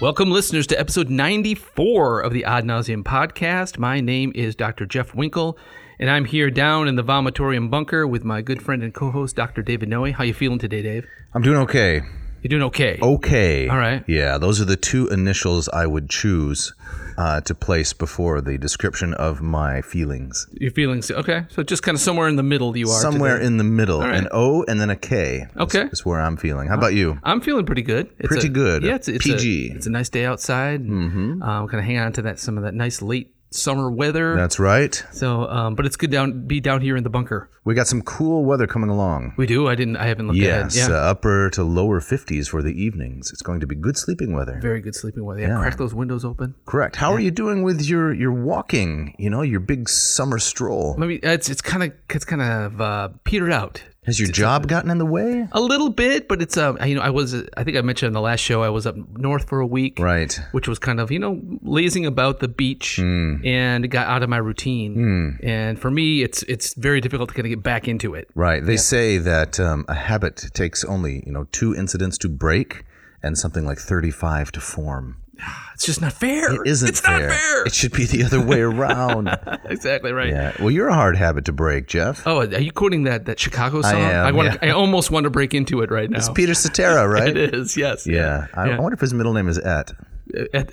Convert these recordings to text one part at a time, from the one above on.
Welcome, listeners, to episode 94 of the Ad Nauseum podcast. My name is Dr. Jeff Winkle, and I'm here down in the vomitorium bunker with my good friend and co-host, Dr. David Noe. How you feeling today, Dave? I'm doing okay. You doing okay? Oh. Okay. All right. Yeah, those are the two initials I would choose uh, to place before the description of my feelings. Your feelings okay? So just kind of somewhere in the middle you are. Somewhere today. in the middle, right. an O and then a K. is- Okay. Uh, Is, where I'm feeling. How about you? I'm feeling pretty good. It's Pretty a- good. Yeah, it's, it's PG. A, it's a nice day outside. Mm-hmm. Um, kind of hang on to that some of that nice late summer weather. That's right. so, um, but it's good down be down here in the bunker. We got some cool weather coming along. We do. I didn't. I haven't looked Yes, ahead. uh, Yeah. upper to lower 50s for the evenings. It's going to be good sleeping weather. Very good sleeping weather. yeah. Yeah. Crack those windows open. Correct. How are you doing with your your walking? You know, your big summer stroll. Maybe it's it's kind of it's kind of uh, petered out Has your job gotten in the way? a little bit, but it's um you know I was I think I mentioned in the last show I was up north for a week, Right. Which was kind of you know lazing about the beach Hmm. and it got out of my routine. And for me, it's it's very difficult to kind of get back into it. Right. They say that um, a habit takes only you know two incidents to break and something like 35 to form. It's just not fair. It isn't it's fair. not fair. It should be the other way around. exactly right. yeah. Well, you're a hard habit to break, Jeff. Oh, are you quoting that that Chicago song? am, want yeah. I almost want to break into it right now. It's Peter Cetera, right? Oh. It is, yes. Yeah. I, I wonder if his middle name is Et.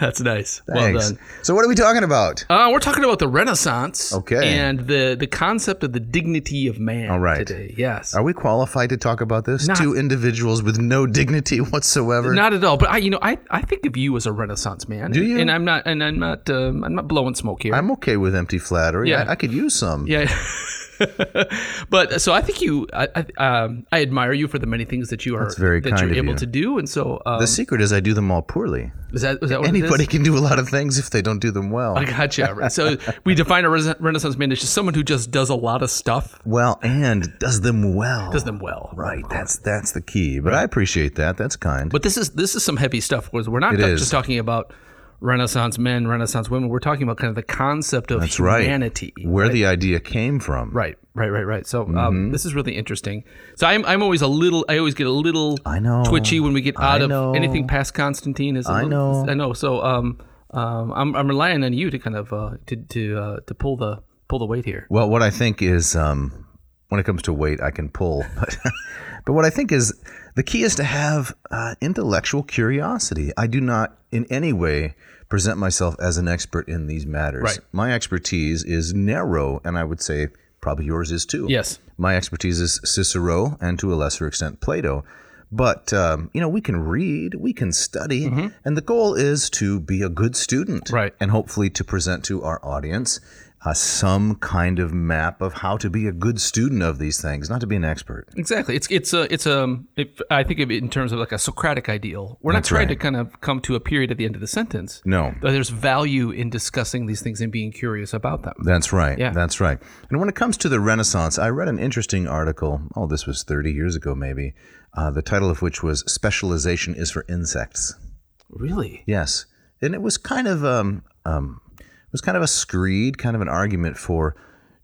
That's nice. Well Thanks. done. So what are we talking about? Uh, we're talking about the Renaissance. Okay. And the, the concept of the dignity of man All right. today. Yes. Are we qualified to talk about this? Not- Two individuals with no dignity whatsoever. Not at all, but I, you know, I, I think of you as a Renaissance man. Do you? And I'm not, and I'm not, um, I'm not blowing smoke here. I'm okay with empty flattery. Yeah. I, I could use some. yeah. but so I think you, I, I, um, I admire you for the many things that you are very that kind you're of able you. to do, and so um, The secret is I do them all poorly. is that is that what it is? Anybody can do a lot of things if they don't do them well. I gotcha. So we define a rena- Renaissance man as just someone who just does a lot of stuff, Well, and does them well. does them well. Right. That's that's the key. But I appreciate that. That's kind. But this is this is some heavy stuff. Because we're not It ta- is. just talking about Renaissance men, Renaissance women. We're talking about kind of the concept of that's right. humanity. Where the idea came from. Right, right, right, right. So um, Mm-hmm. this is really interesting. So I'm, I'm always a little. I always get a little. I know. twitchy when we get out I of know. anything past Constantine. Is a I little- know. I know. So um, um, I'm, I'm relying on you to kind of uh, to to uh, to pull the pull the weight here. Well, what I think is um, when it comes to weight, I can pull. But, but what I think is the key is to have uh, intellectual curiosity. I do not in any way present myself as an expert in these matters. Right. My expertise is narrow, and I would say probably yours is too. Yes. My expertise is Cicero and to a lesser extent Plato. But, um, you know, we can read, we can study, and the goal is to be a good student. Mm-hmm. Right. And hopefully to present to our audience uh, some kind of map of how to be a good student of these things, not to be an expert. Exactly. It's it's a it's um. If, I think of it in terms of like a Socratic ideal. We're not trying to kind of come to a period at the end of the sentence. No. Though There's value in discussing these things and being curious about them. That's right. Yeah. That's right. And when it comes to the Renaissance, I read an interesting article. Oh, this was 30 years ago, maybe. Uh, the title of which was Specialization is for Insects. Really? Yes, and it was kind of um, um, it was kind of a screed, kind of an argument for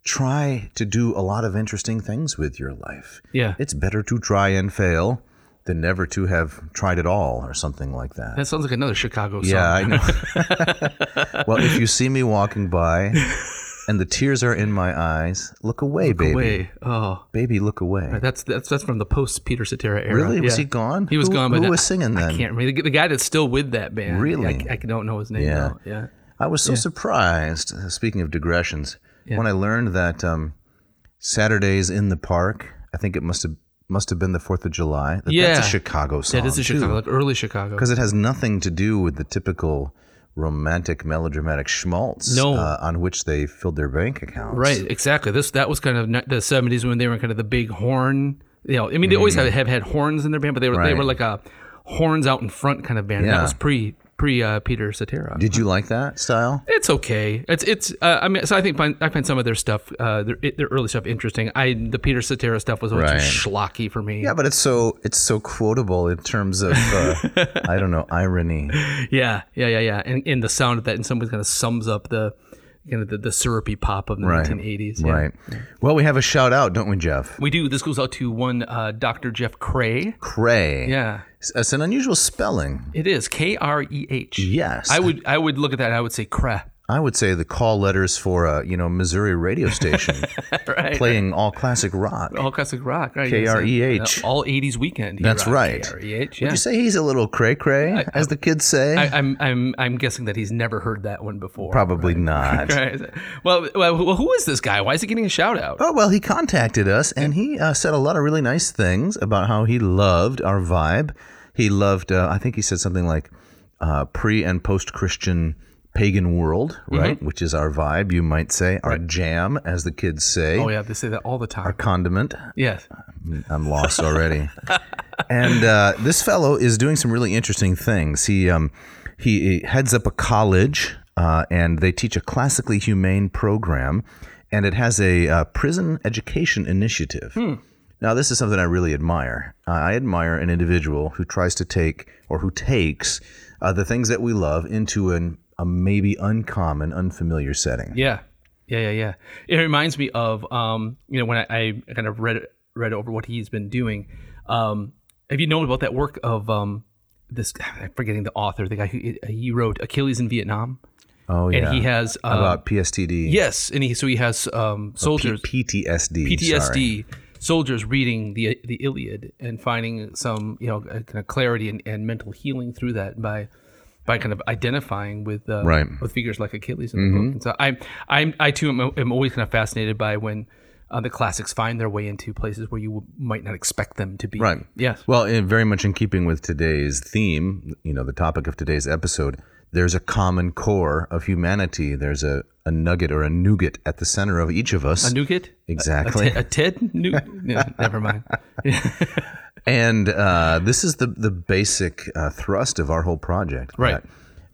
try to do a lot of interesting things with your life. Yeah. It's better to try and fail than never to have tried at all, or something like that. That sounds like another Chicago song. yeah, I know. well, if you see me walking by, and the tears are in my eyes, look away, baby. Way. Oh, Baby, look away. that's that's that's from the post Peter Cetera era. Really? Was Yeah. he gone? He was Who- gone. But who I- was singing I then? can't remember the, the guy that's still with that band. Really? I, I don't know his name. Yeah. Now. Yeah. I was so surprised, uh, speaking of digressions, when I learned that um, Saturdays in the Park, I think it must have must have been the 4th of July. That Yeah. That's a Chicago song. That is a Chicago, like early Chicago. Because it has nothing to do with the typical romantic melodramatic schmaltz No. uh, on which they filled their bank accounts. Right, exactly. This that was kind of ni- the seventies when they were kind of the big horn. You know, I mean, they always have, have had horns in their band, but they were they Mm-hmm. Right. were like a horns out in front kind of band. And that Yeah. was pre pre uh, Peter Cetera. Did you like that style? It's okay. It's it's. Uh, I mean, so I think fin- I find some of their stuff, uh, their, it- their early stuff, interesting. I the Peter Cetera stuff was always too Right. schlocky for me. Yeah, but it's so it's so quotable in terms of uh, I don't know irony. yeah, yeah, yeah, yeah. And, and the sound of that in some ways kind of sums up the kind of the, the syrupy pop of the Right. 1980s. yeah. Right. Well, we have a shout out, don't we, Jeff? We do. This goes out to one uh, Dr. Jeff Cray. Cray. Yeah, It's- It's an unusual spelling. it is K R E H. Yes. I would I would look at that. I would say cray. I would say the call letters for a you know Missouri radio station Right. playing all classic rock. All classic rock, right? K.R.E.H.. Uh, all '80s weekend. here E That's on right. K.R.E.H. Would E Yeah. you say he's a little cray cray, as the kids say? I, I'm I'm I'm guessing that he's never heard that one before. Probably not. Right. Well, well, who- who is this guy? Why is he getting a shout out? Oh well, he contacted us and he uh, said a lot of really nice things about how he loved our vibe. He loved, uh, I think he said something like uh, pre and post Christian pagan world, Mm-hmm. right? Which is our vibe, you might say, our jam, as the kids say, Oh yeah, they say that all the time. condiment. Yes. I'm lost already. and uh, this fellow is doing some really interesting things. He um, he heads up a college, uh, and they teach a classically humane program, and it has a uh, prison education initiative. Hmm. Now, this is something I really admire. Uh, I admire an individual who tries to take or who takes uh, the things that we love into an a maybe uncommon, unfamiliar setting. Yeah. Yeah. Yeah. Yeah. It reminds me of um, you know, when I, I kind of read read over what he's been doing. Um, have you known about that work of um, this? I'm forgetting the author, the guy who he wrote Achilles in Vietnam, Oh, yeah. Uh, and he has um, about PSTD. yes, and he so he has um soldiers PTSD. sorry. PTSD soldiers reading the the Iliad and finding some you know uh, kind of clarity and, and mental healing through that by by kind of identifying with uh, Right. Mm-hmm. with figures like Achilles in the book. And so I I I too am, am always kind of fascinated by when uh, the classics find their way into places where you w- might not expect them to be. Right. Yes. Well, in, very much in keeping with today's theme, you know, the topic of today's episode, there's a common core of humanity. There's a, a nugget or a nougat at the center of each of us. A nougat. exactly. A Ted nougat. No, never mind. and uh, this is the, the basic uh, thrust of our whole project. Right. that,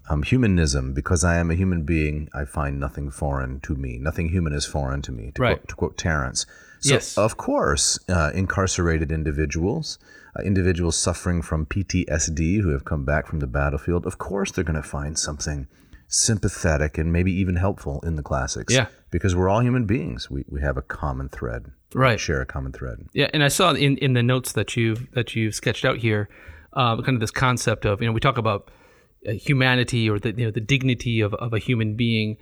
um, humanism, because I am a human being, I find nothing foreign to me. Nothing human is foreign to me, to, Right. quote, to quote Terence. So, Yes. of course, uh, incarcerated individuals, uh, individuals suffering from PTSD who have come back from the battlefield, of course they're going to find something sympathetic and maybe even helpful in the classics. Yeah. Because we're all human beings. We, we have a common thread, Right. share a common thread. Yeah, and I saw in, in the notes that you've that you've sketched out here, um, kind of this concept of you know we talk about uh, humanity or the you know the dignity of, of a human being.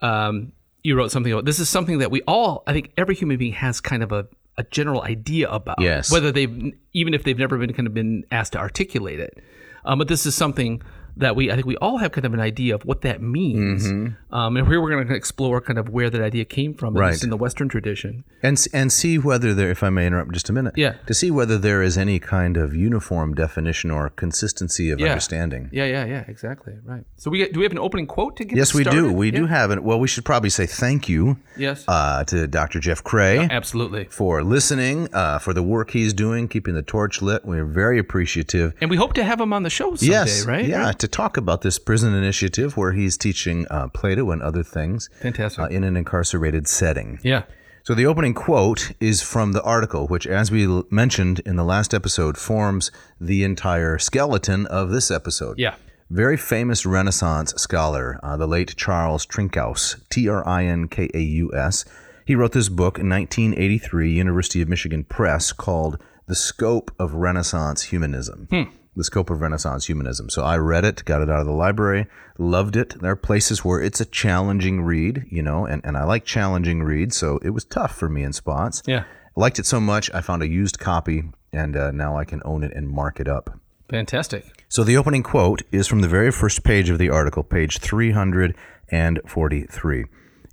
Um, you wrote something about this is something that we all I think every human being has kind of a, a general idea about. Yes. Whether they've even if they've never been kind of been asked to articulate it, um, but this is something that we I think we all have kind of an idea of what that means. Um, and here we're going to explore kind of where that idea came from, at Mm-hmm. Right. least in the Western tradition. and s- and see whether there if i may interrupt just a minute Yeah. to see whether there is any kind of uniform definition or consistency of Yeah. understanding Yeah, yeah, yeah, exactly. Right. So we get, do we have an opening quote to get yes us we do started? we do Yeah. have it well we should probably say thank you Yes. uh, to dr jeff cray Absolutely. for listening uh, for the work he's doing keeping the torch lit we're very appreciative And we hope to have him on the show someday, Yes, right? Yeah, Right. to talk about this prison initiative where he's teaching uh, Plato and other things Fantastic. uh, in an incarcerated setting. yeah. So the opening quote is from the article, which, as we l- mentioned in the last episode, forms the entire skeleton of this episode. Yeah. Very famous Renaissance scholar, uh, the late Charles Trinkaus, T R I N K A U S. He wrote this book in 1983, University of Michigan Press, called The Scope of Renaissance Humanism. The Scope of Renaissance Humanism. So I read it, got it out of the library, loved it. There are places where it's a challenging read, you know, and, and I like challenging reads, so it was tough for me in spots. Yeah. Liked it so much, I found a used copy, and uh, now I can own it and mark it up. Fantastic. So the opening quote is from the very first page of the article, page 343.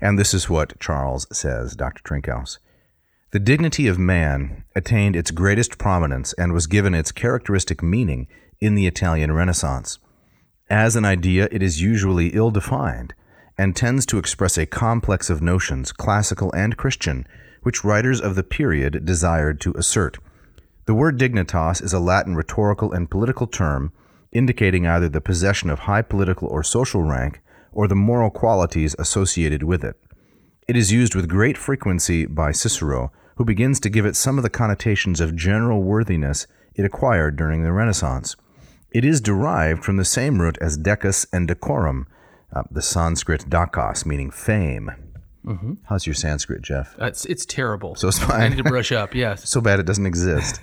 And this is what Charles says, Dr. Trinkhaus. The dignity of man attained its greatest prominence and was given its characteristic meaning in the Italian Renaissance. As an idea, it is usually ill defined and tends to express a complex of notions, classical and Christian, which writers of the period desired to assert. The word dignitas is a Latin rhetorical and political term indicating either the possession of high political or social rank or the moral qualities associated with it. It is used with great frequency by Cicero, who begins to give it some of the connotations of general worthiness it acquired during the Renaissance. It is derived from the same root as decus and decorum, uh, the Sanskrit dakos, meaning fame. How's your Sanskrit, Jeff? It's, it's terrible. So it's I need to mine. brush up. Yes. so bad it doesn't exist.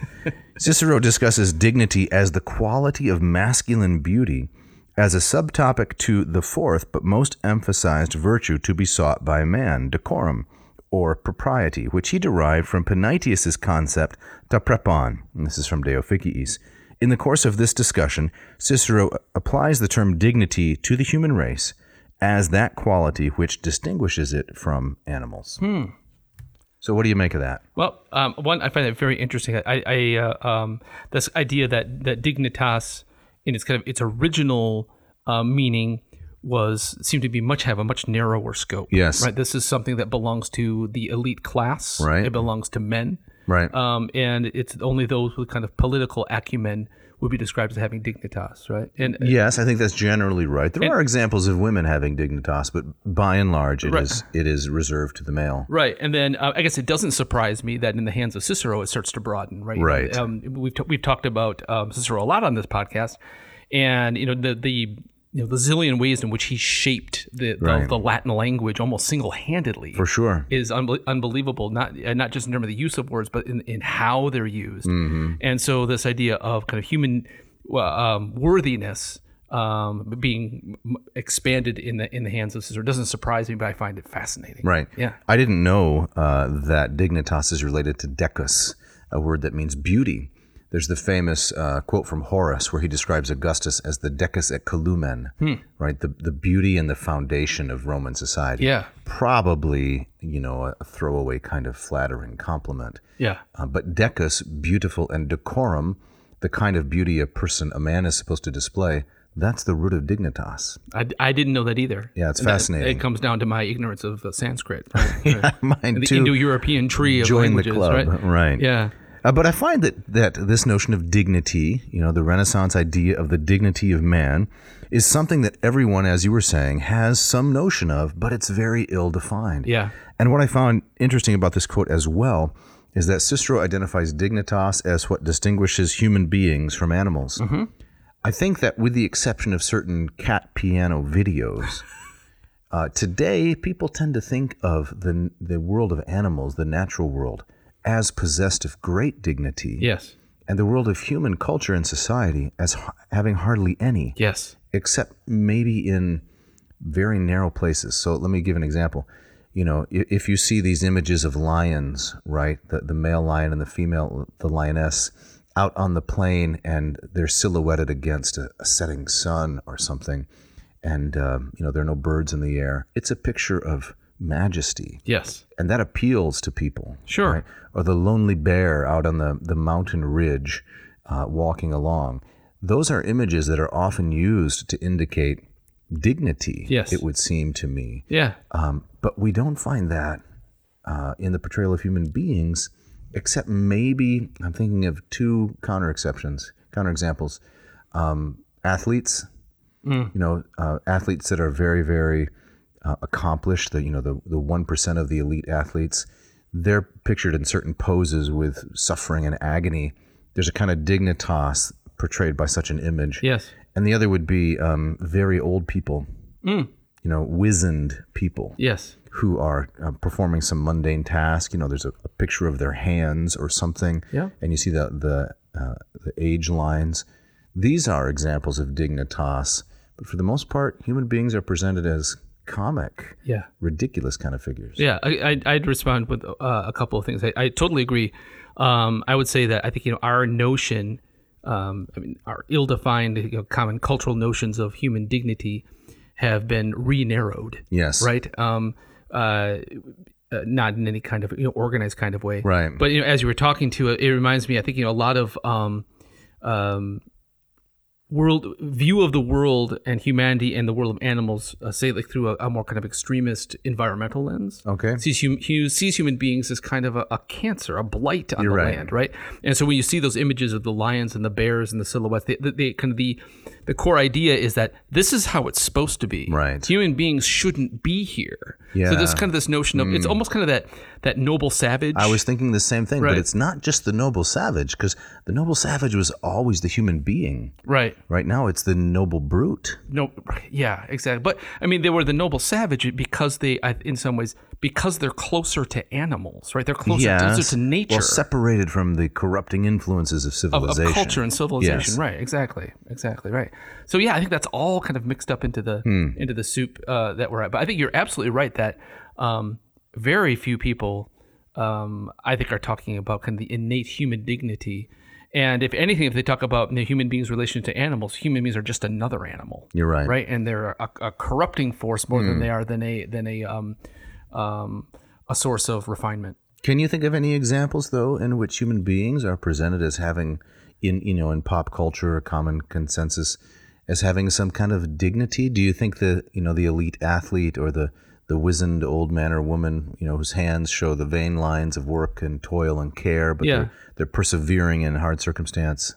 Cicero discusses dignity as the quality of masculine beauty as a subtopic to the fourth but most emphasized virtue to be sought by man, decorum, or propriety, which he derived from Panaetius's concept ta prepon, and this is from De Officiis. In the course of this discussion, Cicero applies the term dignity to the human race as that quality which distinguishes it from animals. So what do you make of that? Well, um, one I find that very interesting. I, I uh, um, this idea that that dignitas in its kind of its original uh, meaning was seemed to be much have a much narrower scope. Yes. Right. This is something that belongs to the elite class. Right. It belongs to men. Right. um, and it's only those with kind of political acumen would be described as having dignitas, right? And uh, Yes, I think that's generally right. There are examples of women having dignitas, but by and large, it is Right. it is reserved to the male. right, and then uh, I guess it doesn't surprise me that in the hands of Cicero, it starts to broaden, right? Right. Um, we've t- we've talked about um, Cicero a lot on this podcast, and you know the the. You know, the zillion ways in which he shaped the, the, Right. the Latin language almost single-handedly For sure. is unbel- unbelievable. Not uh, not just in terms of the use of words, but in, in how they're used. Mm-hmm. And so this idea of kind of human well, um, worthiness um, being m- expanded in the in the hands of Cicero doesn't surprise me, but I find it fascinating. Right. Yeah. I didn't know uh, that dignitas is related to decus, a word that means beauty. There's the famous uh, quote from Horace where he describes Augustus as the decus et columen, Hmm. right? The, the beauty and the foundation of Roman society. Yeah. Probably, you know, a throwaway kind of flattering compliment. Yeah. Uh, but decus, beautiful, and decorum, the kind of beauty a person, a man is supposed to display, that's the root of dignitas. I, I didn't know that either. Yeah, it's And that- fascinating. it comes down to my ignorance of uh, Sanskrit, right? Right. Mine the too. Indo-European tree of Join the languages, club, right? right. Yeah. Uh, but I find that, that this notion of dignity, you know, the Renaissance idea of the dignity of man, is something that everyone, as you were saying, has some notion of, but it's very ill defined. Yeah. And what I found interesting about this quote as well is that Cicero identifies dignitas as what distinguishes human beings from animals. I think that, with the exception of certain cat piano videos, uh, today people tend to think of the the world of animals, the natural world, as possessed of great dignity, Yes. and the world of human culture and society as ha- having hardly any Yes. except maybe in very narrow places. So let me give an example. You know, i- if you see these images of lions, right, the, the male lion and the female, the lioness, out on the plain and they're silhouetted against a, a setting sun or something, and, um, you know, there are no birds in the air, it's a picture of majesty. Yes. And that appeals to people. Sure. right? Or the lonely bear out on the, the mountain ridge uh, walking along. Those are images that are often used to indicate dignity, Yes. it would seem to me. Yeah. Um, but we don't find that uh, in the portrayal of human beings, except maybe I'm thinking of two counter exceptions, counter examples. Um, athletes, you know, uh, athletes that are very, very uh, accomplished. The you know the the one percent of the elite athletes, they're pictured in certain poses with suffering and agony. There's a kind of dignitas portrayed by such an image Yes. and the other would be um, very old people, you know, wizened people Yes. who are uh, performing some mundane task. You know, there's a, a picture of their hands or something, Yeah. and you see the the, uh, the age lines. These are examples of dignitas, but for the most part, human beings are presented as comic, Yeah. ridiculous kind of figures. Yeah, I, I, I'd respond with uh, a couple of things. I, I totally agree. Um, I would say that I think you know our notion, um, I mean, our ill-defined, you know, common cultural notions of human dignity have been re-narrowed, Yes. right? Um, uh, uh, not in any kind of you know, organized kind of way, Right. But you know, as you were talking to it, it reminds me. I think you know a lot of um, um, world view of the world and humanity and the world of animals, uh, say like through a, a more kind of extremist environmental lens. Okay. sees hum- hu- sees human beings as kind of a, a cancer, a blight on You're the right. land, right? And so when you see those images of the lions and the bears and the silhouettes, the, the, the kind of the the core idea is that this is how it's supposed to be. Right. Human beings shouldn't be here. So Yeah. Mm. there's kind of this notion of it's almost kind of that that noble savage. I was thinking the same thing, Right. but it's not just the noble savage because the noble savage was always the human being. right. Right now, it's the noble brute. No, yeah, exactly. But I mean, they were the noble savage because they, I- in some ways, because they're closer to animals, right? They're closer, closer to nature, Well, separated from the corrupting influences of of, civilization. of culture and civilization, Yes. right? Exactly, exactly, right. So yeah, I think that's all kind of mixed up into the Hmm. into the soup uh, that we're at. But I think you're absolutely right that um, very few people, um, I think, are talking about kind of the innate human dignity. And if anything, if they talk about you know, human beings' relation to animals, human beings are just another animal You're right. Hmm. right? And they're a, a corrupting force more than they are than a than a um, um, a source of refinement. Can you think of any examples, though, in which human beings are presented as having, in you know, in pop culture, a common consensus, as having some kind of dignity? Do you think the you know the elite athlete or the the wizened old man or woman, you know, whose hands show the vain lines of work and toil and care, but Yeah. they're, they're persevering in hard circumstance?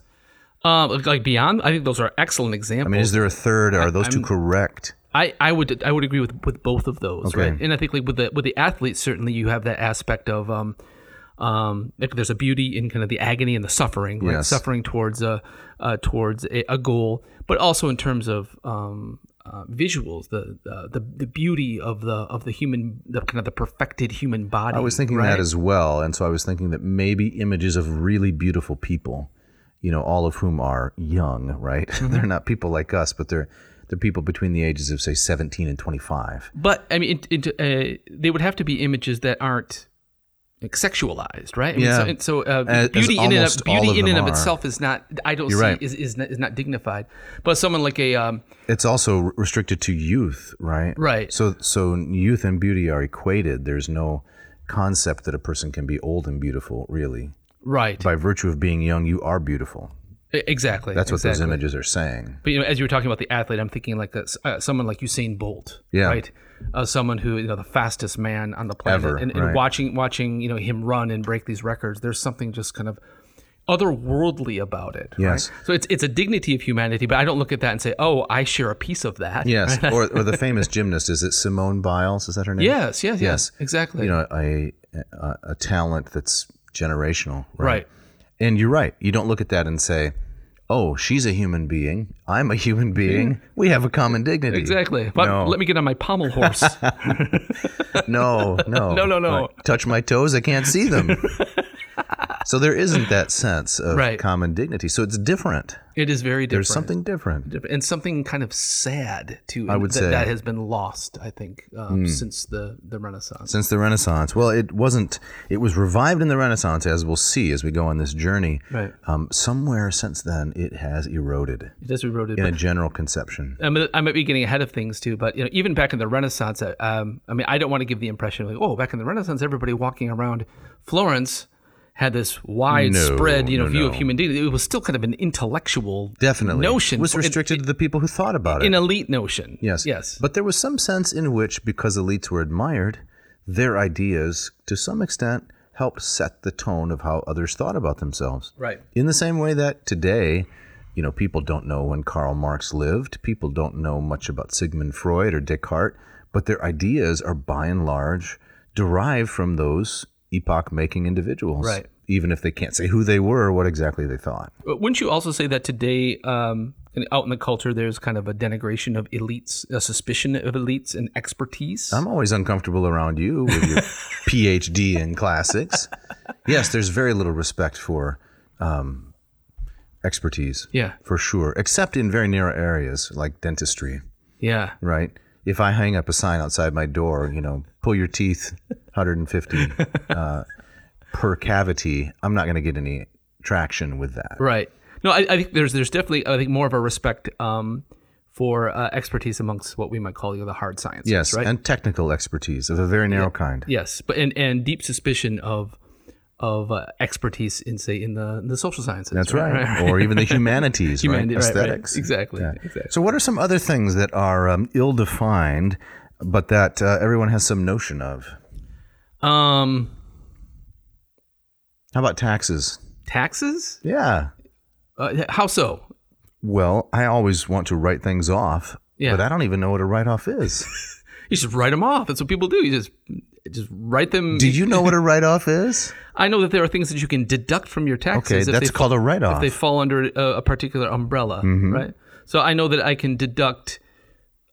Um, like- like beyond, I think those are excellent I examples. mean, is there a third? Are those two correct? I, I would I would agree with, with both of those, Okay. right? And I think like with the with the athletes, certainly you have that aspect of um, um, like there's a beauty in kind of the agony and the suffering, right? Yes. Suffering towards a uh, towards a, a goal, but also in terms of um, uh, visuals, the, uh, the the beauty of the of the human, the kind of the perfected human body. I was thinking right? that as well, and so I was thinking that maybe images of really beautiful people, you know, all of whom are young, right? Mm-hmm. they're not people like us, but they're they're people between the ages of say 17 and 25. But I mean, it, it, uh, they would have to be images that aren't like, sexualized, right? I mean, Yeah. So, and so uh, As- as beauty in and almost of, all beauty of in and them of are. itself is not. I don't You're see right. is, is not, is not dignified. But someone like a um, It's also restricted to youth, right? Right. So so youth and beauty are equated. There's no concept that a person can be old and beautiful, really. right, By virtue of being young, you are beautiful. E- exactly. That's what those exactly. images are saying. But you know, as you were talking about the athlete, I'm thinking like a, uh, someone like Usain Bolt, Yeah. right? Uh, someone who you know the fastest man on the planet, Ever, and, and right. watching watching you know him run and break these records. There's something just kind of otherworldly about it. Yes. Right? So it's it's a dignity of humanity, but I don't look at that and say, oh, I share a piece of that. Yes, or, or the famous gymnast is it Simone Biles? Is that her name? Yes. Yes. Yes. Exactly. you know a, a a talent that's generational right. and you're right you don't look at that and say oh she's a human being i'm a human being we have a common dignity Mm-hmm. Exactly. But no, let me get on my pommel horse. no no No, no, no. Like, touch my toes i can't see them so there isn't that sense of Right. common dignity so it's different it is very different. there's something different and something kind of sad too. I would that, say. Hmm. that has been lost. I think um, since the the Renaissance. since the Renaissance. Well, it wasn't. It was revived in the Renaissance, as we'll see as we go on this journey. Right. Um, somewhere since then, it has eroded It is eroded. in but- a general conception. I, mean, I might be getting ahead of things too, but you know, even back in the Renaissance, uh, um, I mean, I don't want to give the impression like, oh, back in the Renaissance, everybody walking around Florence had this widespread, you know, no, view of no. human dignity. It was still kind of an intellectual, Definitely, notion was for- it- restricted to the people who thought about it. an elite notion. yes, yes, But there was some sense in which, because elites were admired, their ideas, to some extent, helped set the tone of how others thought about themselves. right, In the same way that today, you know, people don't know when Karl Marx lived, people don't know much about Sigmund Freud or Descartes, but their ideas are by and large derived from those epoch making individuals. Right. Even if they can't say who they were or what exactly they thought. But wouldn't you also say that today, um, in- out in the culture, there's kind of a denigration of elites, a suspicion of elites and expertise? I'm always uncomfortable around you with your PhD in classics. Yes, there's very little respect for um, expertise, yeah, for sure, except in very narrow areas like dentistry. yeah. right? If I hang up a sign outside my door, you know, pull your teeth 150 uh, per cavity, I'm not going to get any traction with that. Right. No, I, I think there's there's definitely I think more of a respect um, for uh, expertise amongst what we might call you know, the hard sciences. Yes, Right. and technical expertise of a very narrow kind. yes, but and, and deep suspicion of of uh, expertise in say in the in the social sciences. That's right. Or even the humanities, Humanity- right? right, right. Aesthetics. Exactly. Yeah. Exactly. So, what are some other things that are um, ill defined, but that uh, everyone has some notion of? Um, How about taxes? taxes? Yeah. Uh, how so? Well, I always want to write things off, Yeah. but I don't even know what a write off is. You just write them off. That's what people do. You just just write them. Do you know what a write off is? I know that there are things that you can deduct from your taxes. Okay, if that's they called a write if off. they fall under a, a particular umbrella, Mm-hmm. right? So I know that I can deduct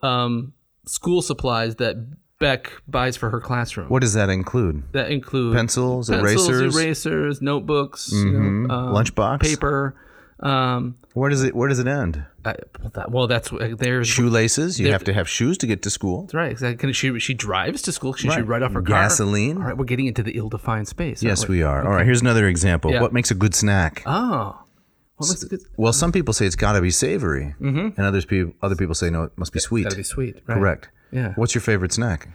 um, school supplies that Beck buys for her classroom. What does that include? that include Pencils, pencils, erasers. Mm-hmm. erasers, notebooks, you know, um, Lunchbox? paper. Um, Where does it Where does it end? I, well, that, well, that's uh, there's Shoelaces. You have to have shoes to get to school. That's right. Exactly. Can she she drives to school? She Right. should ride off her Gasoline. car. All right, we're getting into the ill-defined space. Yes, aren't we are. All right. Here's another example. Yeah. What makes a good snack? Oh, well, that's good. Well, some people say it's got to be savory, and others people other people say no, it must be sweet. Mm-hmm. Gotta be sweet, right? Correct. Yeah. What's your favorite snack?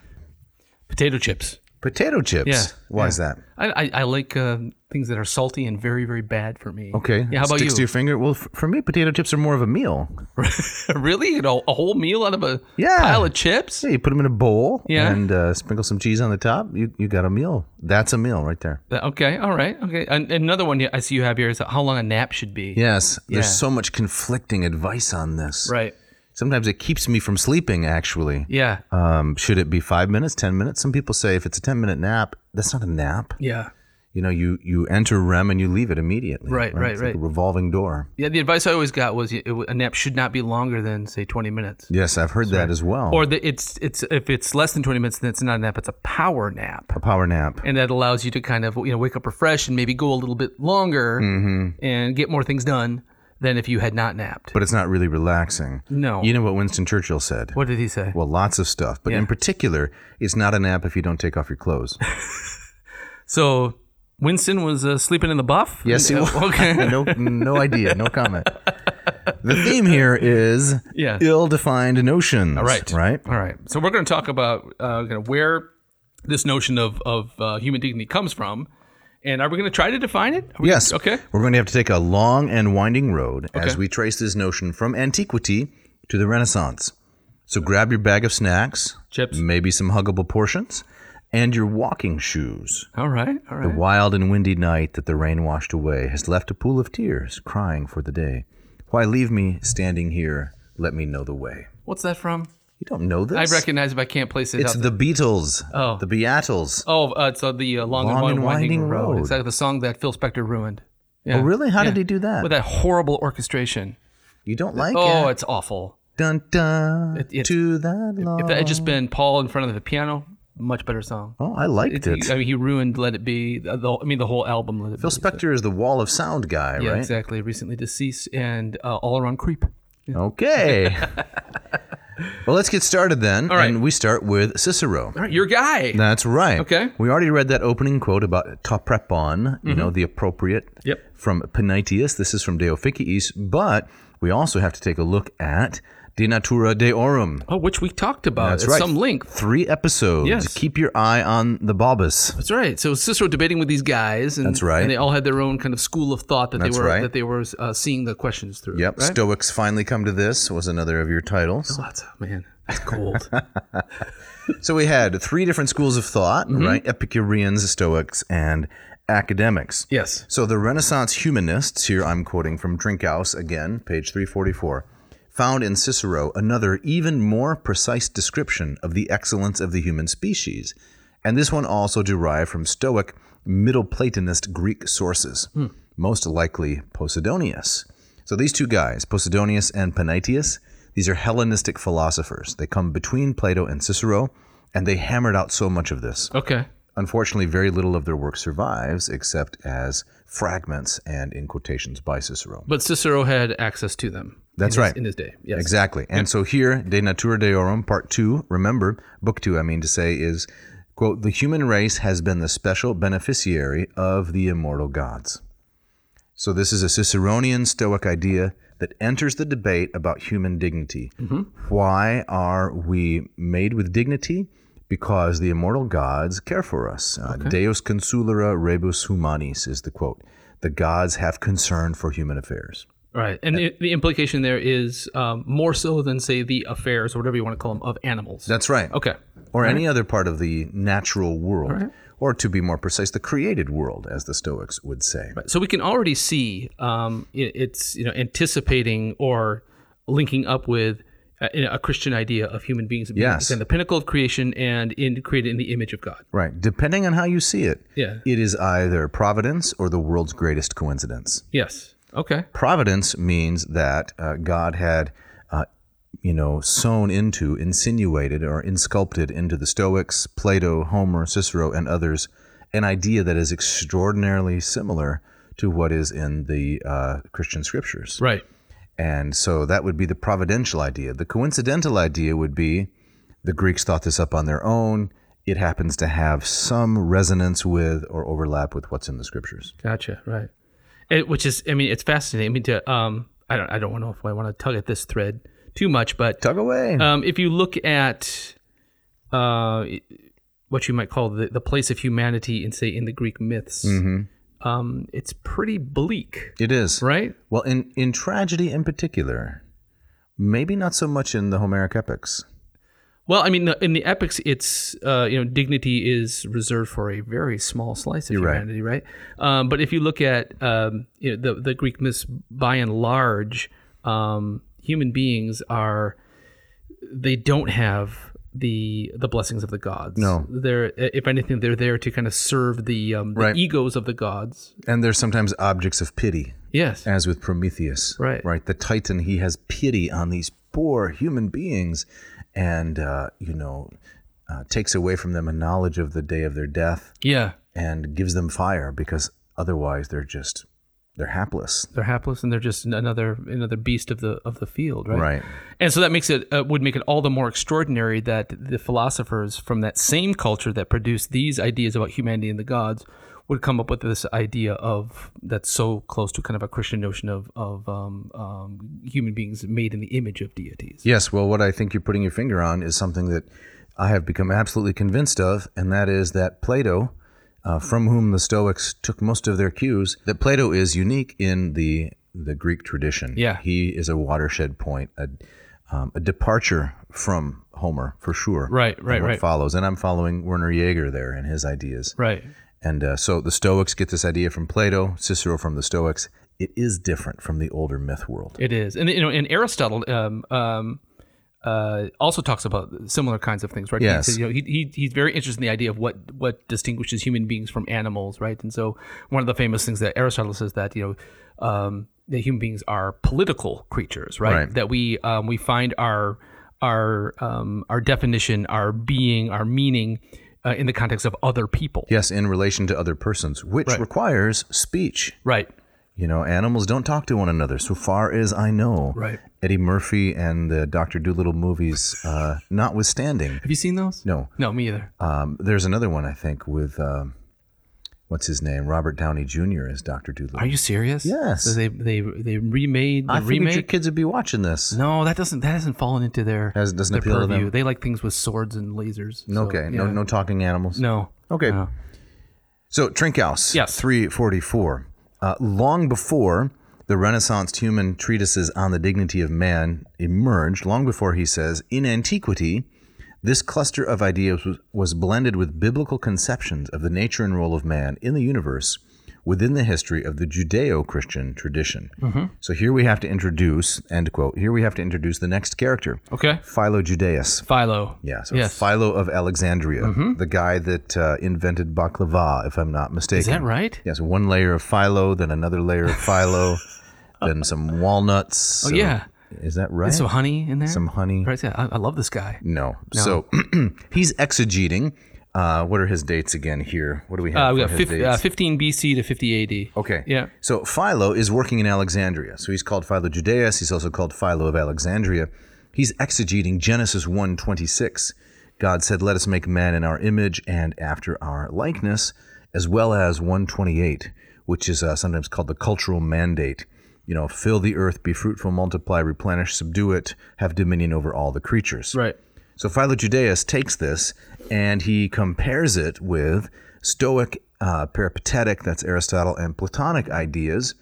Potato chips. Potato chips. Yeah, Why is that? I I, I like um, things that are salty and very very bad for me. Okay. Yeah. How about Sticks to you? your finger. Well, f- for me, potato chips are more of a meal. really? You know, a whole meal out of a Yeah. pile of chips? Yeah, you put them in a bowl Yeah. and uh, sprinkle some cheese on the top. You you got a meal. That's a meal right there. That- Okay. All right. Okay. And, and another one I see you have here is how long a nap should be. Yes. Yeah. There's so much conflicting advice on this. Right. Sometimes it keeps me from sleeping. Actually. Yeah. Um, should it be five minutes, ten minutes? Some people say if it's a ten minute nap, that's not a nap. Yeah. You know, you you enter REM and you leave it immediately. Right, right, It's Like right. a revolving door. Yeah. The advice I always got was it, a nap should not be longer than say twenty minutes. Yes, I've heard that as well. Or the, it's it's if it's less than twenty minutes, then it's not a nap; it's a power nap, a power nap. and that allows you to kind of you know wake up refreshed and maybe go a little bit longer Mm-hmm. and get more things done than if you had not napped. But it's not really relaxing. no, You know what Winston Churchill said? what did he say? Well, lots of stuff, but in particular, it's not a nap if you don't take off your clothes. so Winston was uh, sleeping in the buff. Yes, he Uh, was. Okay. no, no idea, no comment. The theme here is Yeah. ill-defined notions. right. Right. All right. So we're going to talk about uh, kind of where this notion of of uh, human dignity comes from, and are we going to try to define it? Are we- Yes. Okay. We're going to have to take a long and winding road as Okay. we trace this notion from antiquity to the Renaissance. So grab your bag of snacks, Chips. maybe some huggable portions, and your walking shoes. All right. All The right. wild and windy night that the rain washed away has left a pool of tears crying for the day. Why leave me standing here? Let me know the way. What's that from? You don't know this? I recognize if I can't place it. It's out the Beatles. Oh. The Beatles. Oh, uh, it's uh, the uh, long, and, Winding, Road. Road. It's like the song that Phil Spector ruined. Yeah. Oh, really? How did he do that? With that horrible orchestration. you don't like Oh, it? it's awful. Dun dun. It- it's- to that long. If that had just been Paul in front of the piano, much better song. Oh, I liked it. He, I mean, he ruined "Let It Be." uh, The, I mean, the whole album. Let It Phil Be. Spector is the wall of sound guy, Yeah, right? exactly. Recently deceased and uh, all around creep. Okay. well, let's get started then. All right. And we start with Cicero. All right, your guy. That's right. Okay. Mm-hmm. We already read that opening quote about ta prepon, you know, the appropriate Yep. from Panaitius. This is from De Officiis, but we also have to take a look at De Natura Deorum. Oh, which we talked about That's at right. some length. Three episodes. Yes. Keep your eye on the bulbus. That's right. So Cicero debating with these guys, and That's right. And they all had their own kind of school of thought that That's they were right. that they were uh, seeing the questions through. Yep. Right? Stoics finally come to this was another of your titles. Lots of man. That's cold. So we had three different schools of thought, right? Epicureans, Stoics, and academics. yes. So the Renaissance humanists, here I'm quoting from Drinkhouse again, page 344, found in Cicero another even more precise description of the excellence of the human species. And this one also derived from Stoic Middle Platonist Greek sources, most likely Posidonius. So these two guys, Posidonius and Panaetius, these are Hellenistic philosophers. They come between Plato and Cicero, and they hammered out so much of this. Okay. Unfortunately, very little of their work survives except as fragments and in quotations by Cicero. But Cicero had access to them. That's in his- right. in his day. Yes. Exactly. And so here, De Natura Deorum, part two, remember, book two, I mean to say, is quote, the human race has been the special beneficiary of the immortal gods. So this is a Ciceronian Stoic idea that enters the debate about human dignity. Why are we made with dignity? because the immortal gods care for us. Uh, Deus consulera rebus humanis is the quote. The gods have concern for human affairs. Right. And the, the implication there is um, more so than, say, the affairs or whatever you want to call them of animals. That's right. okay. Or any other part of the natural world, or to be more precise, the created world, as the Stoics would say. So we can already see um, i- it's you know anticipating or linking up with a, you know, a Christian idea of human beings being Yes. in the pinnacle of creation and in created in the image of God. Right. Depending on how you see it, Yeah. it is either providence or the world's greatest coincidence. Yes. Okay. Providence means that uh, God had, uh, you know, sown into, insinuated, or insculpted into the Stoics, Plato, Homer, Cicero, and others an idea that is extraordinarily similar to what is in the uh, Christian scriptures. Right. And so that would be the providential idea. The coincidental idea would be the Greeks thought this up on their own. It happens to have some resonance with or overlap with what's in the scriptures. Gotcha. Right. It, which is, I mean, it's fascinating. I mean, to um, I don't, I don't know if I want to tug at this thread too much, but Tug away. um, if you look at uh, what you might call the, the place of humanity in say in the Greek myths, um, it's pretty bleak, it is. right? Well, in, in tragedy in particular, maybe not so much in the Homeric epics. Well, I mean, in the epics, it's uh, you know dignity is reserved for a very small slice of You're right. humanity, right? Um, but if you look at um, you know, the the Greek myths, by and large, um, human beings are they don't have the the blessings of the gods. No. they're if anything, they're there to kind of serve the, um, the Right. egos of the gods. And they're sometimes objects of pity, Yes, as with Prometheus. Right. Right. The Titan, he has pity on these poor human beings and, uh, you know, uh, takes away from them a knowledge of the day of their death. yeah, and gives them fire because otherwise they're just they're hapless they're hapless and they're just another another beast of the of the field, right? right And so that makes it uh, would make it all the more extraordinary that the philosophers from that same culture that produced these ideas about humanity and the gods would come up with this idea of that's so close to kind of a Christian notion of of um, um, human beings made in the image of deities. yes well what i think you're putting your finger on is something that i have become absolutely convinced of and that is that plato uh, from whom the stoics took most of their cues that plato is unique in the the greek tradition Yeah. he is a watershed point a, um, a departure from homer for sure Right, right, and what right. follows and i'm following werner jaeger there and his ideas Right. And uh, so the Stoics get this idea from Plato, Cicero from the Stoics. It is different from the older myth world. It is, and you know, and Aristotle um, um, uh, also talks about similar kinds of things, right? He Yes. says, you know, he, he, he's very interested in the idea of what what distinguishes human beings from animals, right? And so one of the famous things that Aristotle says that you know um, that human beings are political creatures, right? Right. That we um, we find our our um, our definition, our being, our meaning uh, in the context of other people, Yes, in relation to other persons, which requires speech. right? You know, animals don't talk to one another, so far as I know. Right. Eddie Murphy and the Doctor Dolittle movies, uh, notwithstanding. Have you seen those? No, no, me either. um, there's another one I think with um, what's his name, Robert Downey Jr. as Doctor Dolittle. Are you serious? Yes. So they they they remade the I figured remake. your kids would be watching this. No, that doesn't. That hasn't fallen into their Has- doesn't their appeal to purview. them? They like things with swords and lasers. so, okay, no, yeah. no talking animals. no. Okay. No. So Trinkhaus, Yes. 344. Uh, long before the Renaissance human treatises on the dignity of man emerged, long before he says, in antiquity, this cluster of ideas was, was blended with biblical conceptions of the nature and role of man in the universe within the history of the Judeo-Christian tradition. Mm-hmm. So here we have to introduce, end quote, here we have to introduce the next character, Okay. Philojudaeus. Philo. Yeah, so yes. Mm-hmm. Philo of Alexandria, the guy that uh, invented baklava, if I'm not mistaken. Is that right? Yes, one layer of Philo, then another layer of Philo, then some walnuts. Oh so- yeah. Is that right? There's some honey in there. Some honey. Right. Yeah. I, I love this guy. No. So he's exegeting. Uh, what are his dates again here? What do we have? Uh, we for got his Oh. fif- dates? uh, 15 BC to 50 AD. Okay. Yeah. So Philo is working in Alexandria. So he's called Philo Judaeus. He's also called Philo of Alexandria. He's exegeting Genesis 1:26. God said, "Let us make man in our image and after our likeness," as well as 128, which is uh, sometimes called the cultural mandate. You know, fill the earth, be fruitful, multiply, replenish, subdue it, have dominion over all the creatures. Right. So Philo-Judaeus takes this and he compares it with Stoic, uh, Peripatetic, that's Aristotle, and Platonic ideas,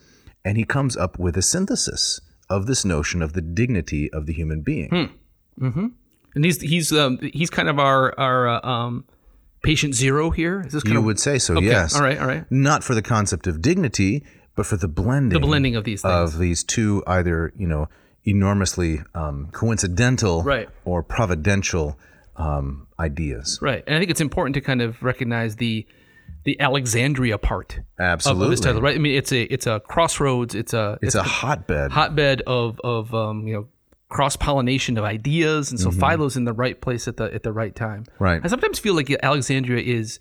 and he comes up with a synthesis of this notion of the dignity of the human being. Hmm, And he's he's um, he's kind of our our uh, um, patient zero here. Is this kind You of would say so, Okay, yes. All right, all right. Not for the concept of dignity, but for the blending. The blending of these things. of these two either you know enormously um, coincidental Right. or providential um, ideas Right, and I think it's important to kind of recognize the the Alexandria part of, absolutely of this title, right? I mean, it's a it's a crossroads, it's a it's a hotbed hotbed of of um, you know cross pollination of ideas, and so Philo's in the right place at the at the right time. Mm-hmm. Right. I sometimes feel like Alexandria is,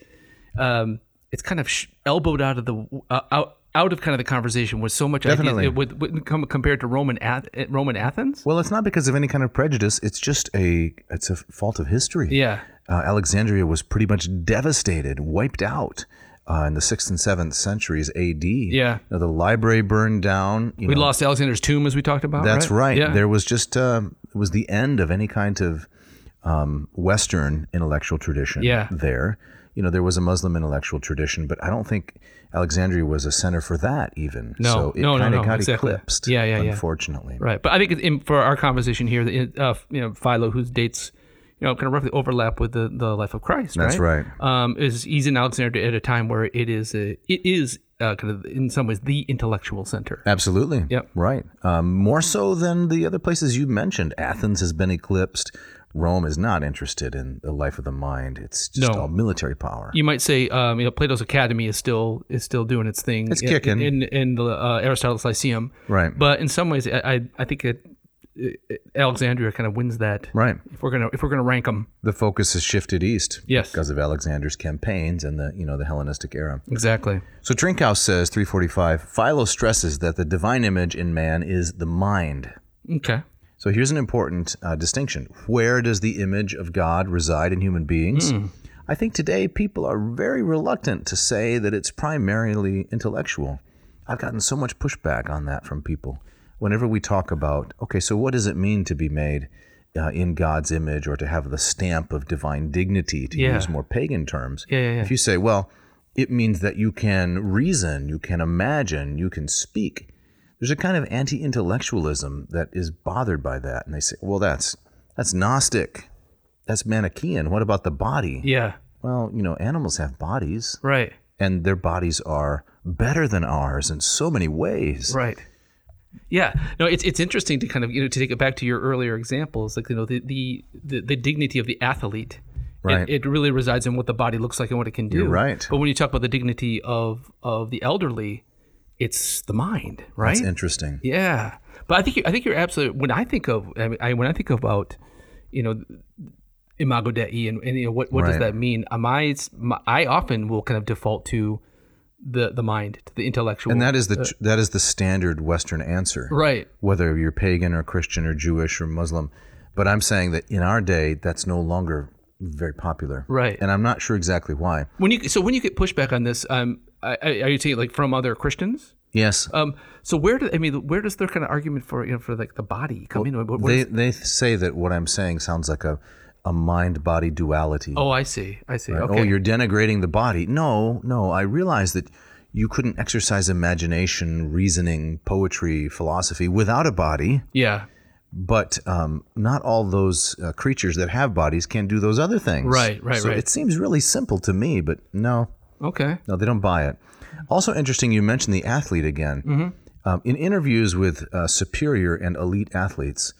um, it's kind of sh- elbowed out of the uh, out out of kind of the conversation with so much idea- Definitely. with, with com- compared to Roman Ath- Roman Athens. well it's not because of any kind of prejudice it's just a it's a fault of history Yeah. uh, Alexandria was pretty much devastated, wiped out uh, in the sixth and seventh centuries AD. Yeah. You know, the library burned down. you We know, lost Alexander's tomb, as we talked about. That's right. Yeah. There was just um, it was the end of any kind of um, Western intellectual tradition. Yeah. There, you know, there was a Muslim intellectual tradition, but I don't think Alexandria was a center for that even. No. so it No, no, kind of no, got exactly. eclipsed. Yeah, yeah, yeah. Unfortunately. Right, but I think it's in, for our conversation here, the, uh, you know, Philo, whose dates, you know, kind of roughly overlap with the, the life of Christ. That's right. Um, is he's in Alexandria at a time where it is a, it is uh, kind of in some ways the intellectual center. Absolutely. Yep. Right. Um, more so than the other places you mentioned. Athens has been eclipsed. Rome is not interested in the life of the mind. It's just No. all military power. You might say, um, you know, Plato's Academy is still is still doing its thing. It's in- kicking. in in, the uh, Aristotle's Lyceum, right. but in some ways, I I, I think it, it, Alexandria kind of wins that. right. If we're gonna if we're gonna rank them, the focus has shifted east Yes. because of Alexander's campaigns and the you know the Hellenistic era. exactly. So Trinkhaus says 345 Philo stresses that the divine image in man is the mind. Okay. So here's an important uh, distinction. Where does the image of God reside in human beings? Hmm. I think today people are very reluctant to say that it's primarily intellectual. I've gotten so much pushback on that from people. Whenever we talk about, okay, so what does it mean to be made uh, in God's image or to have the stamp of divine dignity, to Yeah. use more pagan terms? Yeah, yeah, yeah. If you say, well, it means that you can reason, you can imagine, you can speak, there's a kind of anti-intellectualism that is bothered by that and they say well that's that's gnostic that's manichaean what about the body Yeah. well you know animals have bodies Right. and their bodies are better than ours in so many ways Right. Yeah. No, it's it's interesting to kind of you know to take it back to your earlier examples, like you know the the the, the dignity of the athlete. It- Right. It, really resides in what the body looks like and what it can do. You're right. But when you talk about the dignity of of the elderly, it's the mind, right? it's interesting Yeah, but I think you, I think you're absolutely. When I think of I mean, I, when I think about you know imago dei and, and you know what what does Right. that mean? Am I my, I often will kind of default to the the mind, to the intellectual, and that is the that is the standard western answer Uh, right. whether you're pagan or christian or jewish or muslim but i'm saying that in our day that's no longer very popular Right. and i'm not sure exactly why When you so when you get pushback on this, um, I, I, are you saying like from other Christians? yes Um, so where do I mean where does their kind of argument for you know for like the body come in? What, what They, is- they say that what I'm saying sounds like a, a mind body duality. oh, I see, I see. Right? Okay, Oh, you're denigrating the body. No, no, I realize that you couldn't exercise imagination, reasoning, poetry, philosophy without a body, yeah, but um, not all those uh, creatures that have bodies can do those other things. Right, right, so right. It seems really simple to me, but no, okay, no, they don't buy it. Also interesting, you mentioned the athlete again. Mm-hmm. Um, in interviews with uh, superior and elite athletes,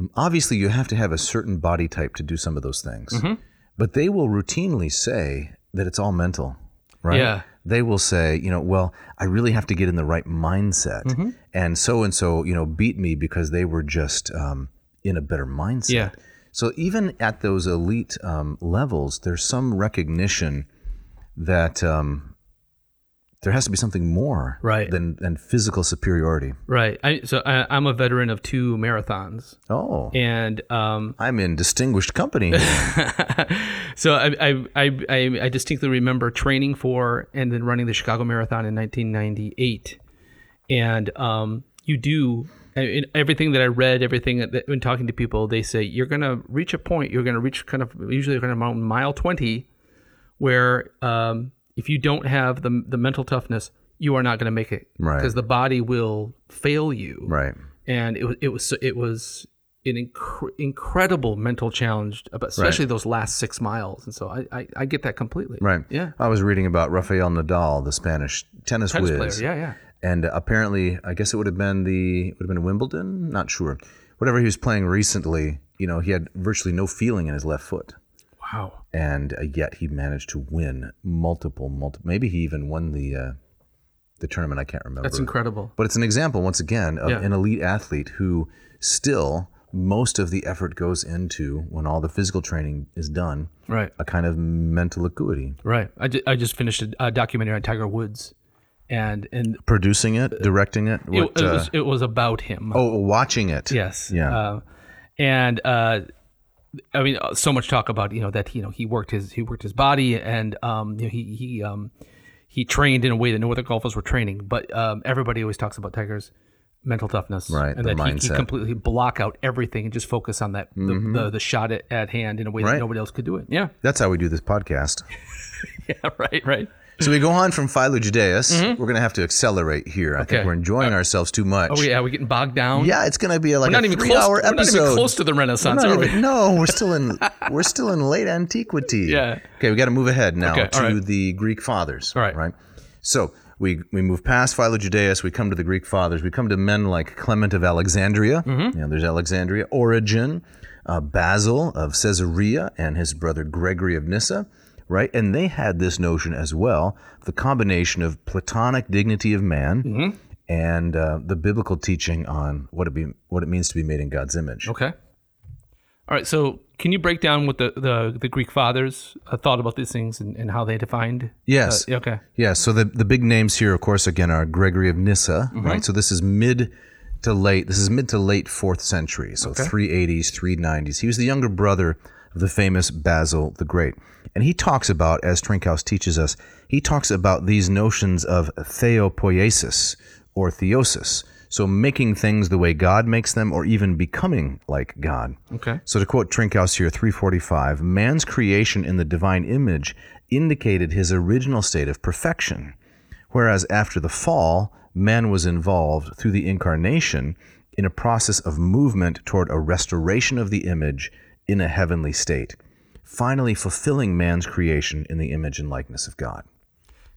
um, obviously you have to have a certain body type to do some of those things. Mm-hmm. But they will routinely say that it's all mental, right? Yeah. They will say, you know, well, I really have to get in the right mindset. Mm-hmm. And so and so, you know, beat me because they were just um, in a better mindset. yeah, So even at those elite um, levels, there's some recognition that um, there has to be something more Right. than than physical superiority. right. I, so I, I'm a veteran of two marathons, Oh, and um, I'm in distinguished company. here. so I, I, I, I, I distinctly remember training for and then running the Chicago Marathon in 1998. And um, you do I- in everything that I read, everything that when talking to people, they say you're going to reach a point. You're going to reach kind of usually kind of around mile twenty, where um, if you don't have the the mental toughness, you are not going to make it. Right. Because the body will fail you. Right. And it was it was it was an incre- incredible mental challenge, about- especially those last six miles. And so I I, I get that completely. Right. Yeah. I was reading about Rafael Nadal, the Spanish tennis, Tennis whiz. player. Yeah. Yeah. and apparently I guess it would have been the would have been Wimbledon, not sure. Whatever he was playing recently, you know, he had virtually no feeling in his left foot, Wow. and uh, yet he managed to win multiple, multiple. Maybe he even won the uh, the tournament. I can't remember. That's incredible. But it's an example once again of Yeah. an elite athlete who still most of the effort goes into when all the physical training is done, Right. a kind of mental acuity. Right. I, ju- I just finished a, a documentary on Tiger Woods, and and Producing it, directing it, it, what, it uh, was it was about him. oh, watching it. yes. yeah. Uh, and uh, I mean, uh, so much talk about you know that you know he worked his he worked his body, and um, you know, he he um, he trained in a way that no other golfers were training. But um, everybody always talks about Tiger's mental toughness, Right, And the that He, mindset. Mm-hmm. he completely block out everything and just focus on that the, the the shot at, at hand in a way Right. that nobody else could do it. Yeah. That's how we do this podcast. Yeah. Right. Right. So we go on from Philo Judaeus. We're going to have to accelerate here. I think Mm-hmm. Okay. we're enjoying ourselves too much. Oh yeah. We're getting bogged down. Yeah, it's going to be like We're a not even close. three-hour We're not episode. even close to the Renaissance, Not are we? even- no, we're still in we're still in late antiquity. Yeah. Okay, we got to move ahead now Okay, to all right. the Greek fathers. All right. Right. So we we move past Philo Judaeus. We come to the Greek fathers. We come to men like Clement of Alexandria. Mm-hmm. You know, there's Alexandria, Origen, uh, Basil of Caesarea, and his brother Gregory of Nyssa. Right, and they had this notion as well: the combination of Platonic dignity of man. Mm-hmm. And uh, the biblical teaching on what it be, what it means to be made in God's image. Okay. All right. So, can you break down what the the, the Greek fathers uh, thought about these things and, and how they defined? Yes. Uh, okay. Yeah, so the, the big names here, of course, again, are Gregory of Nyssa, right? So this is mid to late, this is mid to late fourth century, so 380s, 390s. He was the younger brother of the famous Basil the Great. And he talks about, as Trinkhaus teaches us, he talks about these notions of theopoiesis or theosis. So making things the way God makes them or even becoming like God. Okay. So to quote Trinkhaus here, 345, man's creation in the divine image indicated his original state of perfection, whereas after the fall, man was involved through the incarnation in a process of movement toward a restoration of the image in a heavenly state, finally fulfilling man's creation in the image and likeness of God.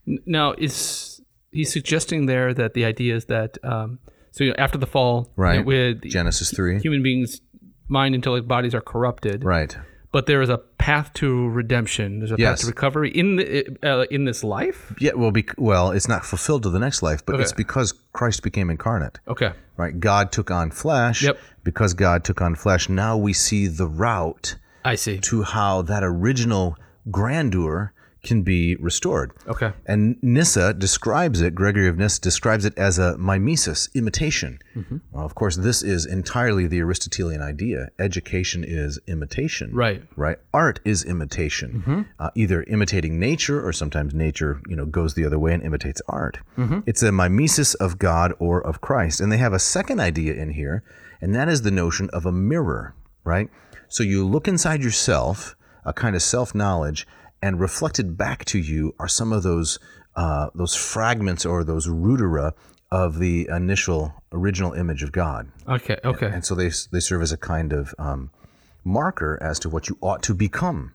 N- Now, is he's suggesting there that the idea is that um, so you know, after the fall, you know, Right. with Genesis 3. human beings. Mind, intellect, bodies are corrupted, Right. but there is a path to redemption. There's a path Yes. to recovery in the, uh, in this life. Yeah, well, bec well, it's not fulfilled to the next life, but Okay. it's because Christ became incarnate. Okay, right? God took on flesh. Yep. Because God took on flesh, now we see the route I see. to how that original grandeur can be restored. Okay, And Nyssa describes it, Gregory of Nyssa describes it as a mimesis, imitation. Mm-hmm. Well, of course, this is entirely the Aristotelian idea. Education is imitation right. right? Art is imitation, uh, either imitating nature or sometimes nature, you know, goes the other way and imitates art. It's a mimesis of God or of Christ. And they have a second idea in here, and that is the notion of a mirror, right? So you look inside yourself, a kind of self knowledge, and reflected back to you are some of those uh, those fragments or those rudera of the initial original image of God. Okay, okay. And so they, they serve as a kind of um, marker as to what you ought to become.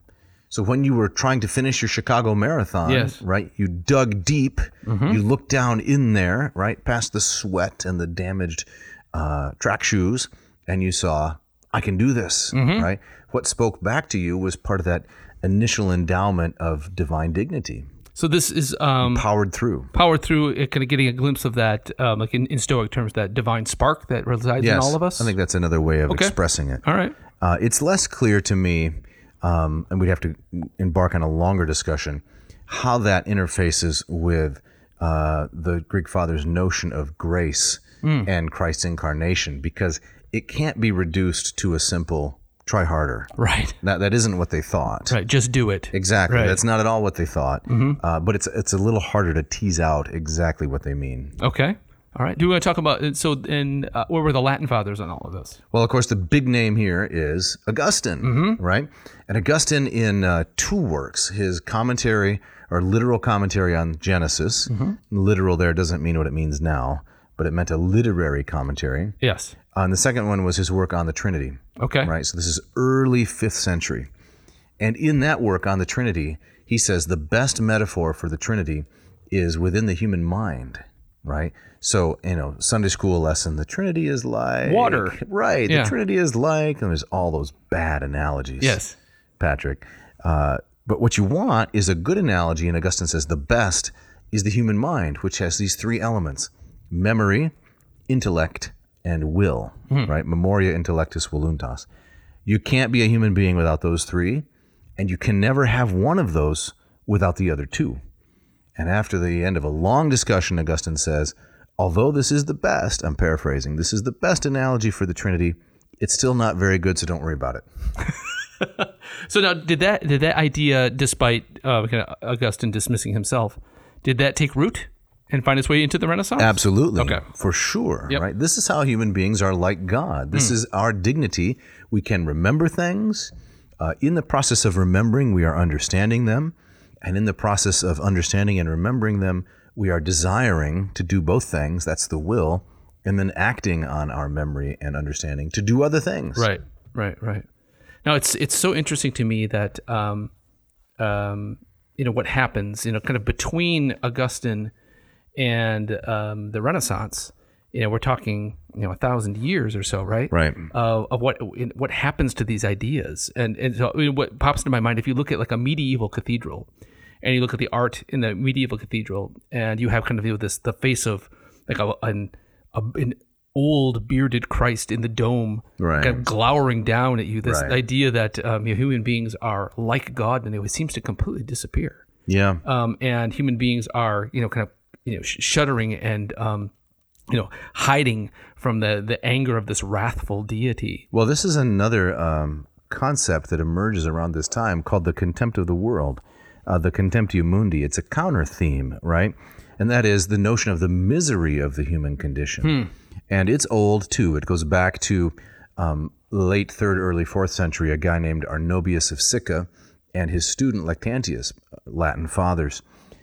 So when you were trying to finish your Chicago Marathon, Yes. Mm-hmm. right, you dug deep, you looked down in there, right, past the sweat and the damaged uh, track shoes, and you saw, I can do this, Mm-hmm. right? What spoke back to you was part of that initial endowment of divine dignity, So this is um, powered through. power through it, kind of getting a glimpse of that, um, like in, in Stoic terms, that divine spark that resides in all of us. I think that's another way of expressing it. all right. Uh, it's less clear to me, um, and we'd have to embark on a longer discussion, how that interfaces with uh, the Greek father's notion of grace Hmm. and Christ's incarnation, because it can't be reduced to a simple try harder. Right. That, that isn't what they thought. Right. Just do it. Exactly. Right. Mm-hmm. That's not at all what they thought. Uh, but it's it's a little harder to tease out exactly what they mean. Okay. All right. Do we want to talk about so? And uh, where were the Latin fathers on all of this? Well, of course, the big name here is Augustine, right? And Augustine, in uh, two works, his commentary or literal commentary on Genesis, literal there doesn't mean what it means now, but it meant a literary commentary. Yes. Uh, and the second one was his work on the Trinity, Okay. right? So this is early fifth century. And in that work on the Trinity, he says the best metaphor for the Trinity is within the human mind, right? So, you know, Sunday school lesson, the Trinity is like Water. Right. Yeah. The Trinity is like, and there's all those bad analogies. Yes. Patrick. Uh, but what you want is a good analogy, and Augustine says the best is the human mind, which has these three elements memory, intellect, and will, right? Memoria intellectus voluntas. You can't be a human being without those three, and you can never have one of those without the other two. And after the end of a long discussion, Augustine says, although this is the best, I'm paraphrasing, this is the best analogy for the Trinity, it's still not very good, so don't worry about it. So now, did that did that idea, despite uh, kind of Augustine dismissing himself, did that take root and find its way into the Renaissance? Absolutely. Okay. For sure. Right. This is how human beings are like God. Hmm. This is our dignity. We can remember things. Uh, in the process of remembering, we are understanding them. And in the process of understanding and remembering them, we are desiring to do both things. That's the will. And then acting on our memory and understanding to do other things. Right, right, right. Now it's it's so interesting to me that um, um, you know what happens, you know, kind of between Augustine and um, the Renaissance. You know, we're talking you know a thousand years or so, right? Right. Of of what in- what happens to these ideas, and and so I mean, what pops into my mind if you look at like a medieval cathedral, and you look at the art in the medieval cathedral, and you have kind of you know, this the face of like a, an a, an old bearded Christ in the dome, Right. kind of glowering down at you. This Right. idea that um, you know, human beings are like God, and it seems to completely disappear. Yeah. Um, and human beings are, you know, kind of, you know, sh- shuddering and, um, you know, hiding from the the anger of this wrathful deity. Well, this is another um, concept that emerges around this time called the contempt of the world, uh, the contemptio mundi. It's a counter theme, right? And that is the notion of the misery of the human condition. And it's old too. It goes back to um, late third, early fourth century. A guy named Arnobius of Sicca and his student Lactantius, uh, Latin fathers.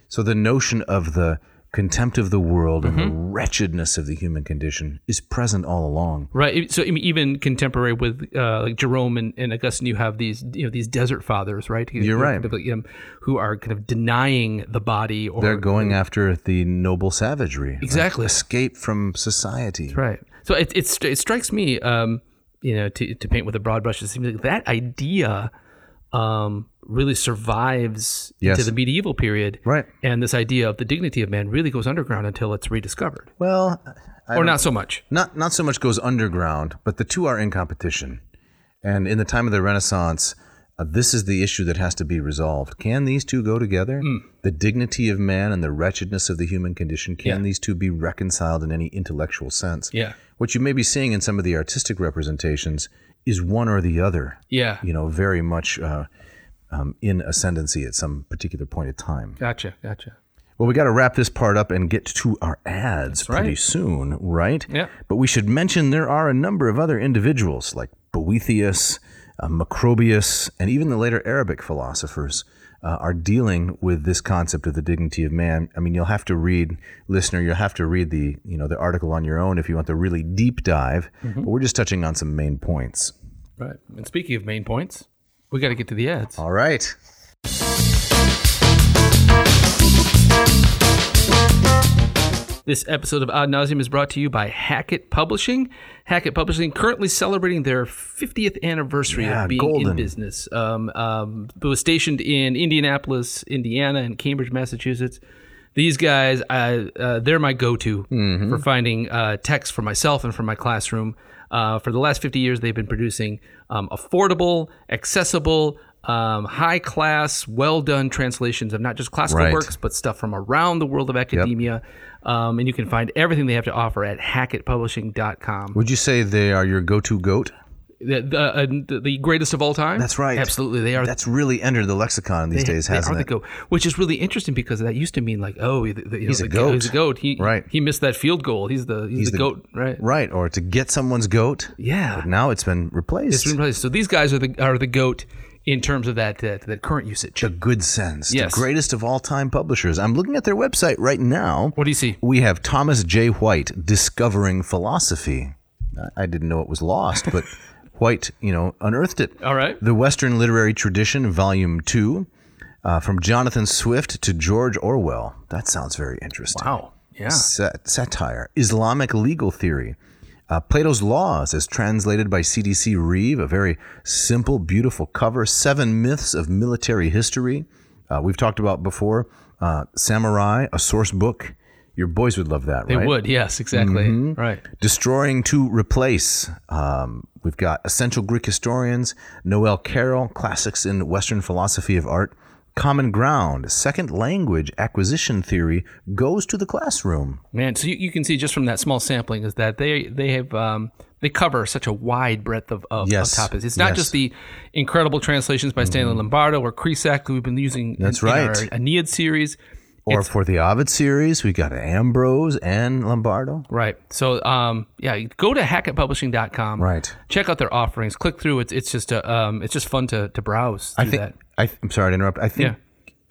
So the notion of the contempt of the world and the wretchedness of the human condition is present all along. Right. So I mean, even contemporary with uh, like Jerome and, and Augustine, you have these you know these desert fathers, right? Who- You're who right. kind of, um, who are kind of denying the body or They're going after the noble savagery. right? Exactly. Escape from society. Right. So it it's, it strikes me, um, you know, to, to paint with a broad brush, it seems like that idea um, really survives Yes. into the medieval period. Right. And this idea of the dignity of man really goes underground until it's rediscovered, Well, or not so much. not not so much goes underground, but the two are in competition. And in the time of the Renaissance, uh, this is the issue that has to be resolved. Can these two go together? Hmm. The dignity of man and the wretchedness of the human condition, can Yeah. these two be reconciled in any intellectual sense? Yeah. What you may be seeing in some of the artistic representations is one or the other, Yeah. you know, very much uh, um, in ascendancy at some particular point of time. Gotcha. Gotcha. Well, we got to wrap this part up and get to our ads pretty right. soon, right? Yeah. But we should mention there are a number of other individuals like Boethius, uh, Macrobius, and even the later Arabic philosophers uh, are dealing with this concept of the dignity of man. I mean, you'll have to read, listener, you'll have to read the you know the article on your own if you want the really deep dive. Mm-hmm. But we're just touching on some main points. Right. And speaking of main points, we got to get to the ads. All right. This episode of Ad Nauseum is brought to you by Hackett Publishing. Hackett Publishing currently celebrating their 50th anniversary Yeah, of being in golden. business. Um, um, it was stationed in Indianapolis, Indiana, and Cambridge, Massachusetts. These guys, I, uh, they're my go-to Mm-hmm. for finding uh, text for myself and for my classroom. Uh, for the last 50 years, they've been producing um, affordable, accessible, um, high-class, well-done translations of not just classical Right. works, books, but stuff from around the world of academia. Um, and you can find everything they have to offer at hackettpublishing.com. Would you say they are your go-to goat? the the, uh, the- the greatest of all time. That's right. Absolutely, they are. That's really entered the lexicon these days, they hasn't are the it? goat, which is really interesting because that used to mean like, oh, the, the, you He's know, a the- He's goat. a goat. He Right. He missed that field goal. He's the he's, the, the- goat, right? Right, or to get someone's goat. Yeah. But now it's been replaced. It's been replaced. So these guys are the are the goat in terms of that uh, that current usage. the good sense. Yes. The greatest of all time publishers. I'm looking at their website right now. What do you see? We have Thomas J. White, Discovering Philosophy. I- I didn't know it was lost, but White, you know, unearthed it. All right. The Western Literary Tradition, Volume 2, uh, from Jonathan Swift to George Orwell. That sounds very interesting. Wow. Yeah. Sat- satire, Islamic legal theory. Uh, Plato's Laws is translated by CDC Reeve, a very simple, beautiful cover. Seven Myths of Military History. Uh, we've talked about before. Uh, Samurai, a source book. Your boys would love that, They right? Mm-hmm. would. Yes. Exactly. Right. Destroying to Replace. Um, we've got Essential Greek Historians, Noel Carroll, Classics in Western Philosophy of Art, Common Ground, Second Language Acquisition Theory Goes to the Classroom. Man, so you, you can see just from that small sampling is that they they have um, they cover such a wide breadth of, of, of Yes. topics. It's not Yes. Mm-hmm. just the incredible translations by Stanley Lombardo or Kresak who we've been using. That's in, right. In our Aeneid series, Or for the Ovid series, we've got Ambrose and Lombardo. right? So, um, yeah, go to hackettpublishing.com. Right. Check out their offerings. Click through. It's it's just a um, it's just fun to to browse. I through think that. I, I'm sorry to interrupt. I think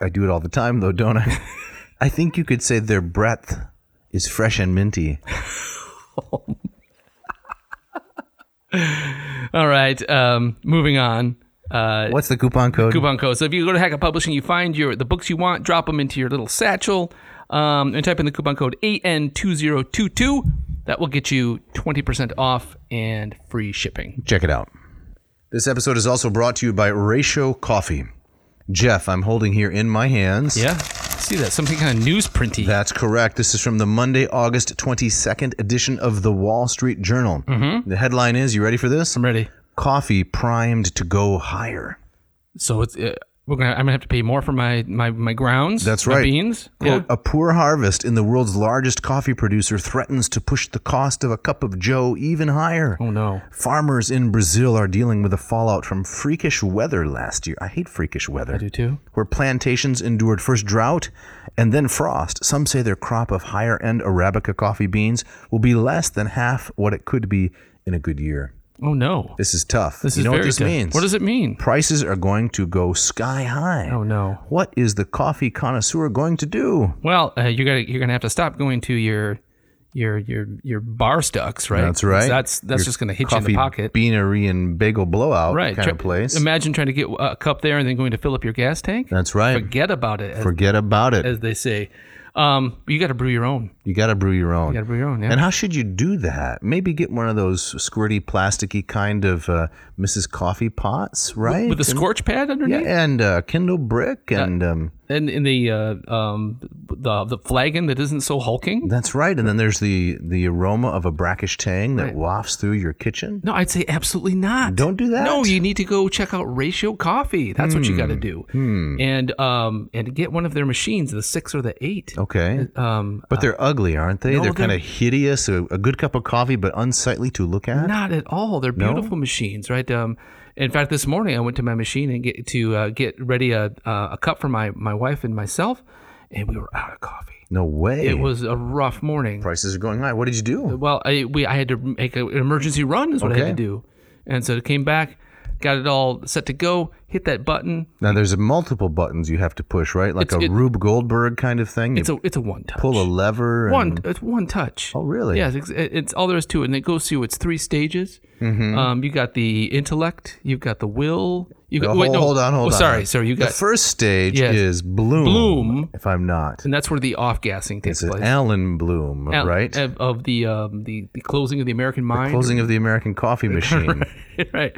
I do it all the time, though, don't I? I think you could say their breadth is fresh and minty. All right. Um, moving on. Uh, What's the coupon code? coupon code. So if you go to Hackett Publishing, you find your the books you want, drop them into your little satchel, um, and type in the coupon code AN2022. That will get you 20% off and free shipping. Check it out. This episode is also brought to you by Ratio Coffee. Jeff, I'm holding here in my hands. Yeah. See that? Something kind of newsprinty. That's correct. This is from the Monday, August 22nd edition of the Wall Street Journal. The headline is, you ready for this? Mm-hmm. I'm ready. Coffee primed to go higher. So it's uh, we're gonna I'm gonna have to pay more for my my my grounds. That's my right. Beans. Quote, a poor harvest in the world's largest coffee producer threatens to push the cost of a cup of joe even higher. Oh no. Farmers in Brazil are dealing with the fallout from freakish weather last year. I hate freakish weather. I do too. Where plantations endured first drought and then frost. Some say their crop of higher end Arabica coffee beans will be less than half what it could be in a good year. Oh no. This is tough. This you is know very what this good. means? What does it mean? Prices are going to go sky high. Oh no. What is the coffee connoisseur going to do? Well, uh, you got to you're gonna have to stop going to your your your your bar stocks, right? That's right. That's that's Your just gonna hit you in coffee the pocket, Beanery and bagel blowout right? kind Try- of place. Imagine trying to get a cup there and then going to fill up your gas tank. That's right. Forget about it, as, Forget about it. as they say. Um, you got to brew your own. You got to brew your own. You got to brew your own. Yeah. And how should you do that? Maybe get one of those squirty, plasticky kind of uh, Mrs. Coffee pots, right? with a scorch pad yeah, underneath, and uh, Kindle brick, and um, and in the uh, um, the the flagon that isn't so hulking. that's right. And then there's the the aroma of a brackish tang that wafts through your kitchen. No, I'd say absolutely not. Don't do that. Hmm. No, you need to go check out Ratio Coffee. That's what you got to do, and um, and get one of their machines, the six or the eight. Okay. Um, But they're ugly, aren't they? they're kind they're- of hideous. A, a good cup of coffee, but unsightly to look at. not at all. They're beautiful machines, right? Um, in fact, this morning I went to my machine and get to uh, get ready a uh, a cup for my my wife and myself, and we were out of coffee. No way. It was a rough morning. Prices are going high. What did you do? Well, I we I had to make a, an emergency run is what I Okay. had to do, and so I came back, got it all set to go, hit that button. Now there's multiple buttons you have to push, right? Like It's- a it- Rube Goldberg kind of thing. You It's a it's a one touch. pull a lever. and- one it's one touch. Mm-hmm. Oh, really? Yes, it's, it's all there is to it, and it goes through its three stages. Mm-hmm. Um, you got the intellect, you've got the will, you got Oh, wait, hold, no, hold on, hold oh, on. Sorry, sorry, you the got, first stage Yes. is Bloom. Bloom. if I'm not, and that's where the off gassing takes it's an place. Alan Bloom, Al- right? of, of the um the, the closing of the American mind, Closing of the American coffee machine. right?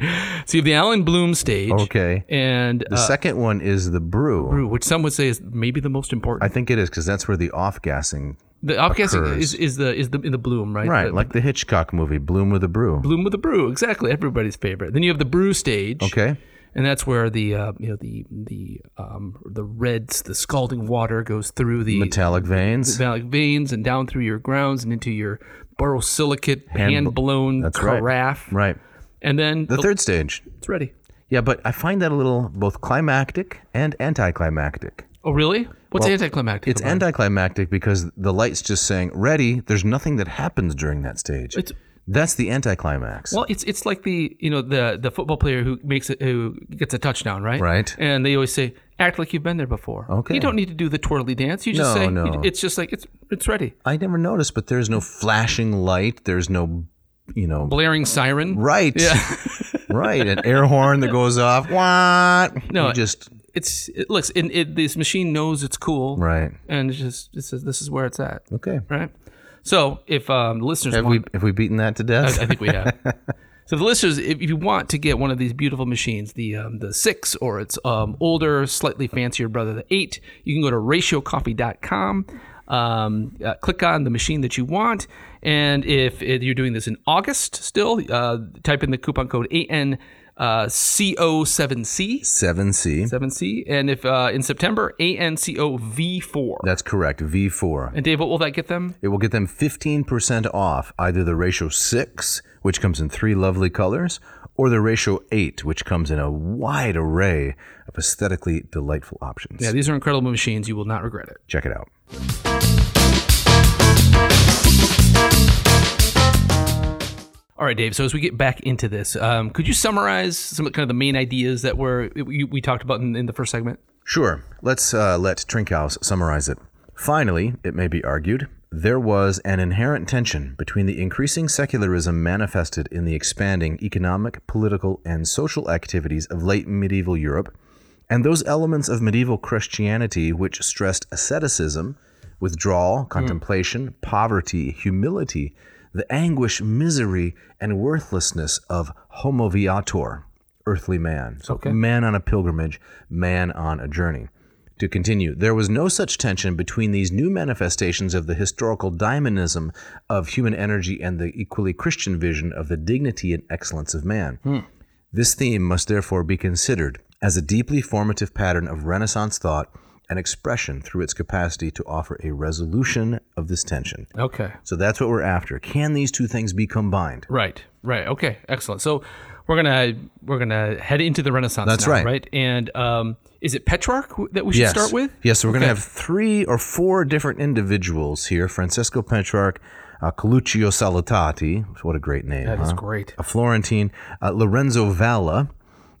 So you have the Alan Bloom stage, Okay. and The uh, second one is the brew. brew, which some would say is maybe the most I important. think it is because that's where the off gassing, the off gassing is, occurs. is the is the in the bloom, right? right? The- like the Hitchcock movie, Bloom with a Brew. bloom with the brew, exactly everybody's favorite. Then you have the brew stage, Okay, and that's where the uh, you know the the um, the reds, the scalding water goes through the metallic veins. metallic veins and down through your grounds and into your borosilicate hand blown That's right. carafe, Right. And then The oh, third stage. it's ready. Yeah, but I find that a little both climactic and anticlimactic. Oh, really? What's Well, anticlimactic? It's about it? anticlimactic because the light's just saying ready. There's nothing that happens during that stage. It's- That's the anticlimax. Well, it's it's like the you know the the football player who makes it who gets a touchdown, right? Right. And they always say, "Act like you've been there before." Okay. You don't need to do the twirly dance. You just No, say, no. "It's just like it's it's ready." I never noticed, but there's no flashing light. There's no, you know, Blaring siren. right, Yeah. right, an air horn that goes off. What? No, you just It's it looks and it, this machine knows it's cool, right. and it's just this is this is where it's at, Okay. right? So if um, listeners Have we want, have we beaten that to death? I, I think we have. So the listeners, if you want to get one of these beautiful machines, the um, the six or its um, older, slightly fancier brother, the eight, you can go to ratiocoffee.com, um, uh, click on the machine that you want, and if it, you're doing this in August still, uh, type in the coupon code AN. Uh, CO7C, Seven C. 7C, and if uh, in September, ANCOV4. That's correct. V four. And Dave, what will that get them? It will get them 15% off either the ratio 6, which comes in three lovely colors, or the ratio 8, which comes in a wide array of aesthetically delightful options. Yeah, these are incredible machines. You will not regret it. Check it out. All right, Dave. So as we get back into this, um, could you summarize some of kind of the main ideas that were we, we talked about in, in the first segment? Sure, let's uh, let Trinkhaus summarize it. Finally, it may be argued, there was an inherent tension between the increasing secularism manifested in the expanding economic, political, and social activities of late medieval Europe and those elements of medieval Christianity which stressed asceticism, withdrawal, contemplation, poverty, humility, the anguish, misery, and worthlessness of homo viator, earthly man. So, man on a pilgrimage, man on a journey. To continue, there was no such tension between these new manifestations of the historical daimonism of human energy and the equally Christian vision of the dignity and excellence of man. This theme must therefore be considered as a deeply formative pattern of Renaissance thought and expression through its capacity to offer a resolution of this tension. Okay. So that's what we're after. Can these two things be combined? Right. Right. Okay. Excellent. So we're gonna we're gonna head into the Renaissance. That's now, right. Right. And um, is it Petrarch who- that we should start with? Yes, so we're going Okay. to have three or four different individuals here Francesco Petrarch, uh, Coluccio Salutati. What a great name. That is huh? great. a Florentine, uh, Lorenzo Valla,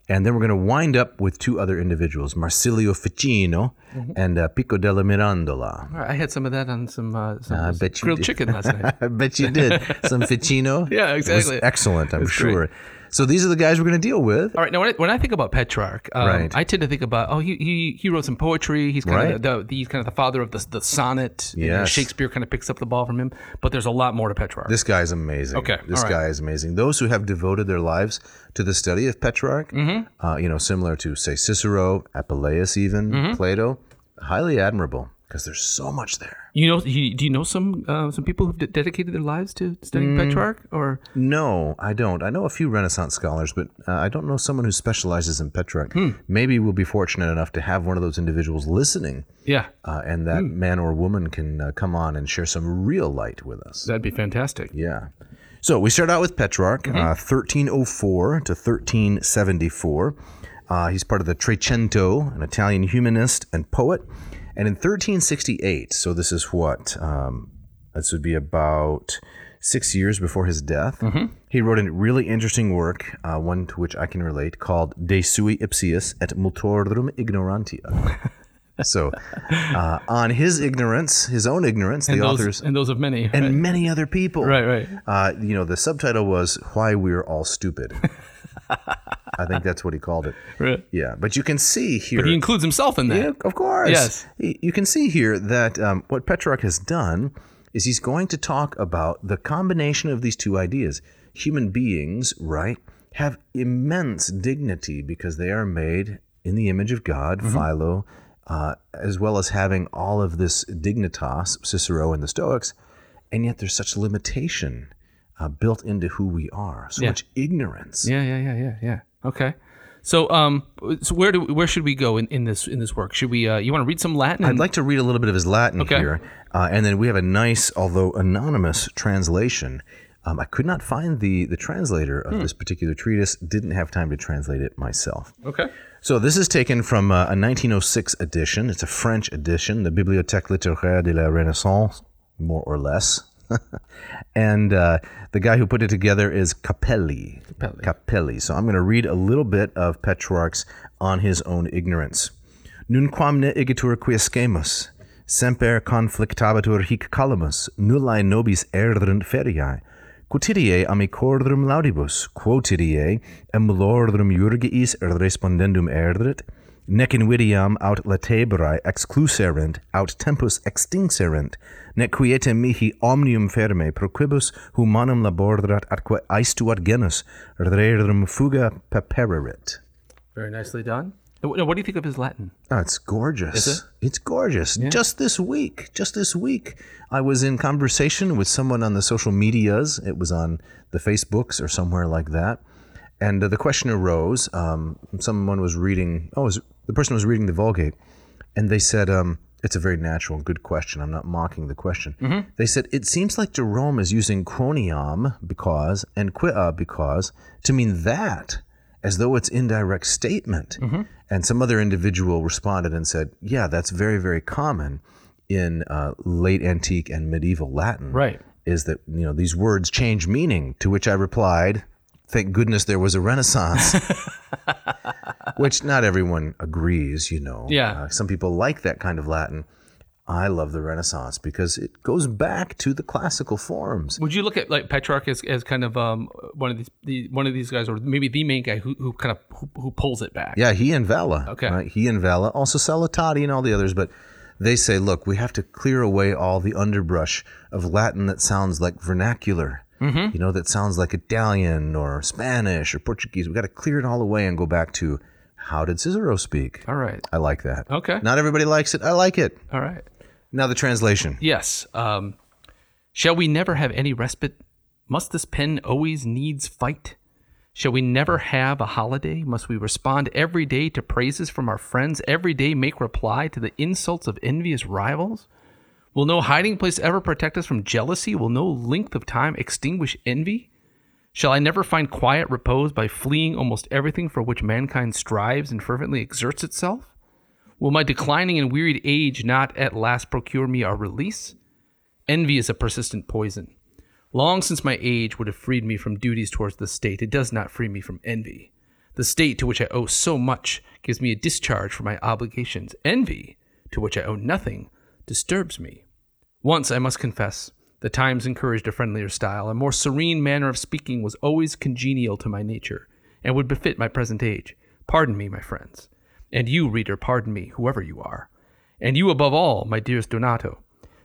and then we're going to wind up with two other individuals, Marsilio Ficino and uh, Pico della Mirandola. Mm-hmm. All right, I had some of that on some, uh, some I bet you grilled did. chicken last night. I bet you did some Ficino. Yeah, It was exactly. excellent, I'm great. sure. So these are the guys we're going to deal with. All right. Now, when I, when I think about Petrarch, um, Right. I tend to think about oh, he he, he wrote some poetry. He's kind Right. of the, the he's kind of the father of the the sonnet. You know, Yes. Shakespeare kind of picks up the ball from him, but there's a lot more to Petrarch. This guy is amazing. Okay, This all right. guy is amazing. Those who have devoted their lives to the study of Petrarch, Mm-hmm. uh, you know, similar to, say, Cicero, Apuleius, even, Mm-hmm. Plato, highly admirable because there's so much there. You know, you, do you know some uh, some people who've de- dedicated their lives to studying Mm. Petrarch? Or No, I don't. I know a few Renaissance scholars, but uh, I don't know someone who specializes in Petrarch. Hmm. Maybe we'll be fortunate enough to have one of those individuals listening, yeah, uh, and that man or woman can uh, come on and share some real light with us. that'd be fantastic. Yeah. So we start out with Petrarch, Mm-hmm. uh, 1304 to 1374. Uh, he's part of the Trecento, an Italian humanist and poet. And in 1368, so this is what? Um, this would be about six years before his death. Mm-hmm. He wrote a really interesting work, uh, one to which I can relate, called De Sui Ipsius et Multorum Ignorantia. so, uh, on his ignorance, his own ignorance, the Those- author's and those of many. and many other people. right, right. Uh, you know, the subtitle was "Why We're All Stupid." I think that's what he called it. right. Yeah, but you can see here. He includes himself in that. Yeah, of course. Yes. Y- You can see here that um, what Petrarch has done is he's going to talk about the combination of these two ideas. Human beings, right, have immense dignity because they are made in the image of God, Mm-hmm. Philo, uh, as well as having all of this dignitas, Cicero and the Stoics, and yet there's such limitation uh, built into who we are, so much ignorance. Yeah, yeah, yeah, yeah, yeah. Okay. So, um, so where do where should we go in, in this in this work? Should we? Uh, you want to read some Latin? I'd and- like to read a little bit of his Latin Okay. here, uh, and then we have a nice, although anonymous, translation Um, I could not find the the translator Hmm. of this particular treatise. Didn't have time to translate it myself. Okay. So this is taken from uh, a 1906 edition. It's a French edition, the Bibliothèque littéraire de la Renaissance, more or less. and uh, the guy who put it together is Capelli. Capelli. So I'm going to read a little bit of Petrarch's on his own ignorance. Nunquam ne igitur quiescemus, semper conflictabitur hic calamus, nullae nobis errant feriae, quotidie amicordrum laudibus, quotidie emulordrum jurgiis respondendum erdret, nec invidiam aut latebrae excluserent, aut tempus extinserent, nec quietem mihi omnium ferme proquibus humanum labordat atque aestuat genus, rerum fuga pepererit. Very nicely done. Now, wh- now, what do you think of his Latin? Oh, it's gorgeous. Is it? It's gorgeous. Just this week, just this week, I was in conversation with someone on the social medias. It was on the Facebooks or somewhere like that. And uh, the question arose um, someone was reading, oh, it was, the person was reading the Vulgate, and they said, um, it's a very natural, good question. I'm not mocking the question. They said, it seems like Jerome is using chronium because and quia because to mean that as though it's indirect statement. And some other individual responded and said, "Yeah, that's very, very common in uh, late antique and medieval Latin. Right. Is that you know these words change meaning?" To which I replied, "Thank goodness there was a Renaissance." which not everyone agrees, you know. Uh, Yeah. Uh, some people like that kind of Latin. I love the Renaissance because it goes back to the classical forms. Would you look at like Petrarch as, as kind of um, one of these the, one of these guys, or maybe the main guy who, who kind of who, who pulls it back? Yeah, he and Vela. Okay. Right? He and Vela, also Salatati and all the others, but they say, look, we have to clear away all the underbrush of Latin that sounds like vernacular. Mm-hmm. You know, that sounds like Italian or Spanish or Portuguese. We've got to clear it all away and go back to how did Cicero speak? All right. I like that. Okay. Not everybody likes it. I like it. All right. Now the translation. Yes. Um, shall we never have any respite? Must this pen always needs fight? Shall we never have a holiday? Must we respond every day to praises from our friends? Every day make reply to the insults of envious rivals? Will no hiding place ever protect us from jealousy? Will no length of time extinguish envy? Shall I never find quiet repose by fleeing almost everything for which mankind strives and fervently exerts itself? Will my declining and wearied age not at last procure me our release? Envy is a persistent poison. Long since my age would have freed me from duties towards the state, it does not free me from envy. The state to which I owe so much gives me a discharge for my obligations. Envy, to which I owe nothing, disturbs me. Once, I must confess, the times encouraged a friendlier style. A more serene manner of speaking was always congenial to my nature, and would befit my present age. Pardon me, my friends. And you, reader, pardon me, whoever you are. And you, above all, my dearest Donato,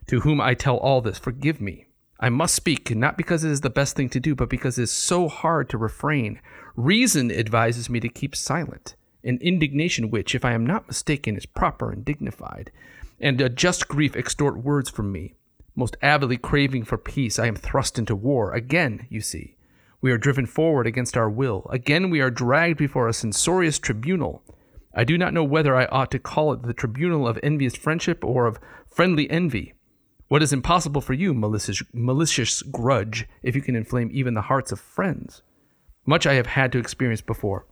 to whom I tell all this, forgive me. I must speak, not because it is the best thing to do, but because it is so hard to refrain. Reason advises me to keep silent, an indignation which, if I am not mistaken, is proper and dignified. And a just grief extort words from me. Most avidly craving for peace, I am thrust into war. Again, you see, we are driven forward against our will. Again, we are dragged before a censorious tribunal. I do not know whether I ought to call it the tribunal of envious friendship or of friendly envy. What is impossible for you, malicious, malicious grudge, if you can inflame even the hearts of friends? Much I have had to experience before.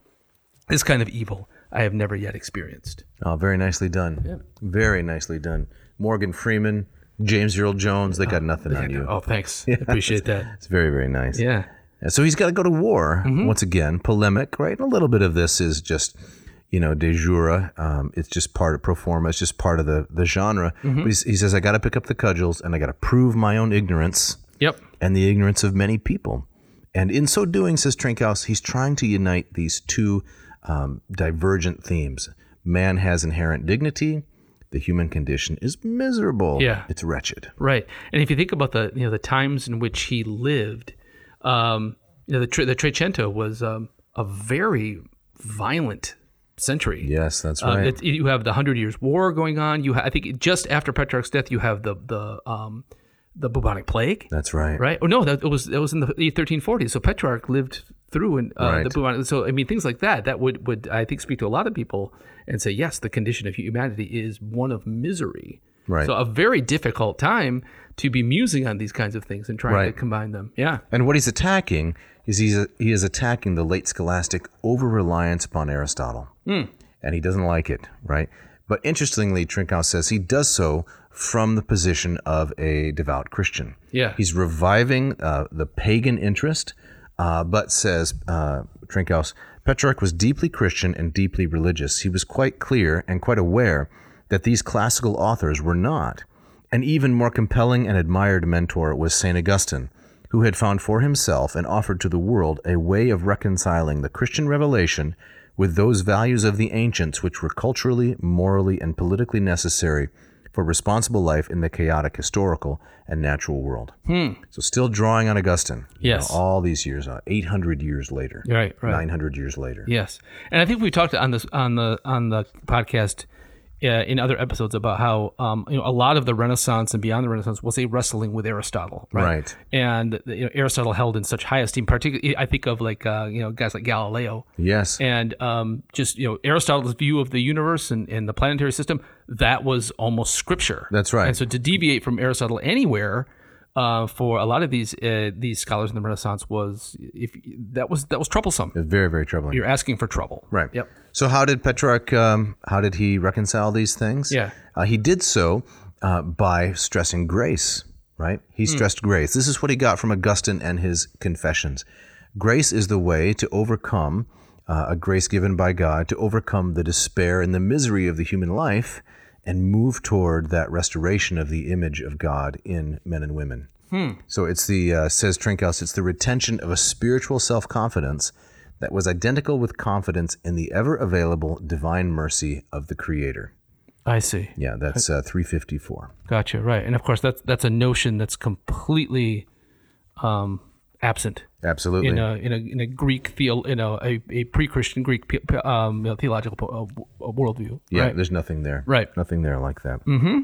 This kind of evil I have never yet experienced. Oh, very nicely done. Very nicely done. Morgan Freeman, James Earl Jones, they got nothing on you. Oh, thanks. Appreciate that. It's very, very nice. Yeah. And so he's got to go to war once again, polemic, right? And a little bit of this is just, you know, de jure. Um, it's just part of pro forma. It's just part of the the genre. But he's, he says, I got to pick up the cudgels and I got to prove my own ignorance Yep. and the ignorance of many people. And in so doing, says Trinkhaus, he's trying to unite these two um, divergent themes. Man has inherent dignity. The human condition is miserable. Yeah. It's wretched. Right, and if you think about the you know the times in which he lived, um, you know the Tre- the Trecento was um, a very violent century. Yes, that's Um, right. it's- you have the Hundred Years' War going on. You, ha- I think, just after Petrarch's death, you have the the um, the bubonic plague, that's right. right? Oh no, that it was that was in the 1340s. So Petrarch lived through and uh, the Right. bubonic. So I mean, things like that that would would I think speak to a lot of people and say, yes, the condition of humanity is one of misery. Right. So a very difficult time to be musing on these kinds of things and trying Right. to combine them. Yeah. And what he's attacking is he's he is attacking the late scholastic over reliance upon Aristotle. Hmm. And he doesn't like it, right? But interestingly, Trinkau says he does so from the position of a devout Christian. Yeah. He's reviving uh, the pagan interest, uh, but says uh, Trinkhaus, Petrarch was deeply Christian and deeply religious. He was quite clear and quite aware that these classical authors were not. An even more compelling and admired mentor was St. Augustine, who had found for himself and offered to the world a way of reconciling the Christian revelation with those values of the ancients which were culturally, morally, and politically necessary for responsible life in the chaotic historical and natural world. So still drawing on Augustine. you Yes. know, all these years, uh, 800 years later. Right, right. 900 years later. Yes, and I think we've talked on this on the on the podcast uh, in other episodes about how um, you know a lot of the Renaissance and beyond the Renaissance was a wrestling with Aristotle, right? Right. And you know, Aristotle held in such high esteem. Particularly, I think of like uh, you know guys like Galileo Yes. and um, just you know Aristotle's view of the universe and, and the planetary system that was almost scripture. That's right. And so to deviate from Aristotle anywhere uh, for a lot of these uh, these scholars in the Renaissance was if that was that was troublesome. It's very, very troubling. You're asking for trouble. Right. Yep. So how did Petrarch? Um, how did he reconcile these things? Yeah. Uh, he did so uh, by stressing grace. Right. He Hmm. stressed grace. This is what he got from Augustine and his Confessions. Grace is the way to overcome uh, a grace given by God to overcome the despair and the misery of the human life and move toward that restoration of the image of God in men and women. So it's the uh, says Trinkhaus. It's the retention of a spiritual self confidence that was identical with confidence in the ever available divine mercy of the Creator. I see. Yeah, that's uh, 354. Gotcha. Right. And of course, that's that's a notion that's completely um, absent Absolutely. in uh, a in a in a Greek theo in a a, a pre-Christian Greek pe- um, you know, theological po- uh, w- uh, worldview. yeah, Right. there's nothing there. Right. Nothing there like that. Mm-hmm.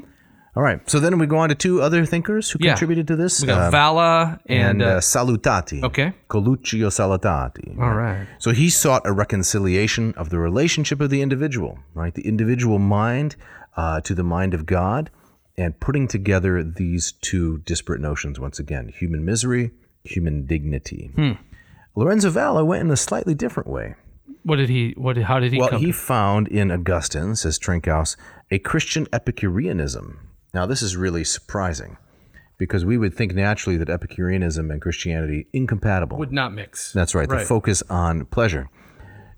right. So then we go on to two other thinkers who Yeah. contributed to this We got um, Vala and, and uh, uh, Salutati. okay. Coluccio Salutati. All right. So he sought a reconciliation of the relationship of the individual, right? The individual mind uh, to the mind of God, and putting together these two disparate notions once again human misery, human dignity. Lorenzo Valla went in a slightly different way. What did he? What? How did he? Well, come he found in Augustine, says Trinkhaus, a Christian Epicureanism. Now, this is really surprising because we would think naturally that Epicureanism and Christianity incompatible. would not mix. That's right. The Right. focus on pleasure.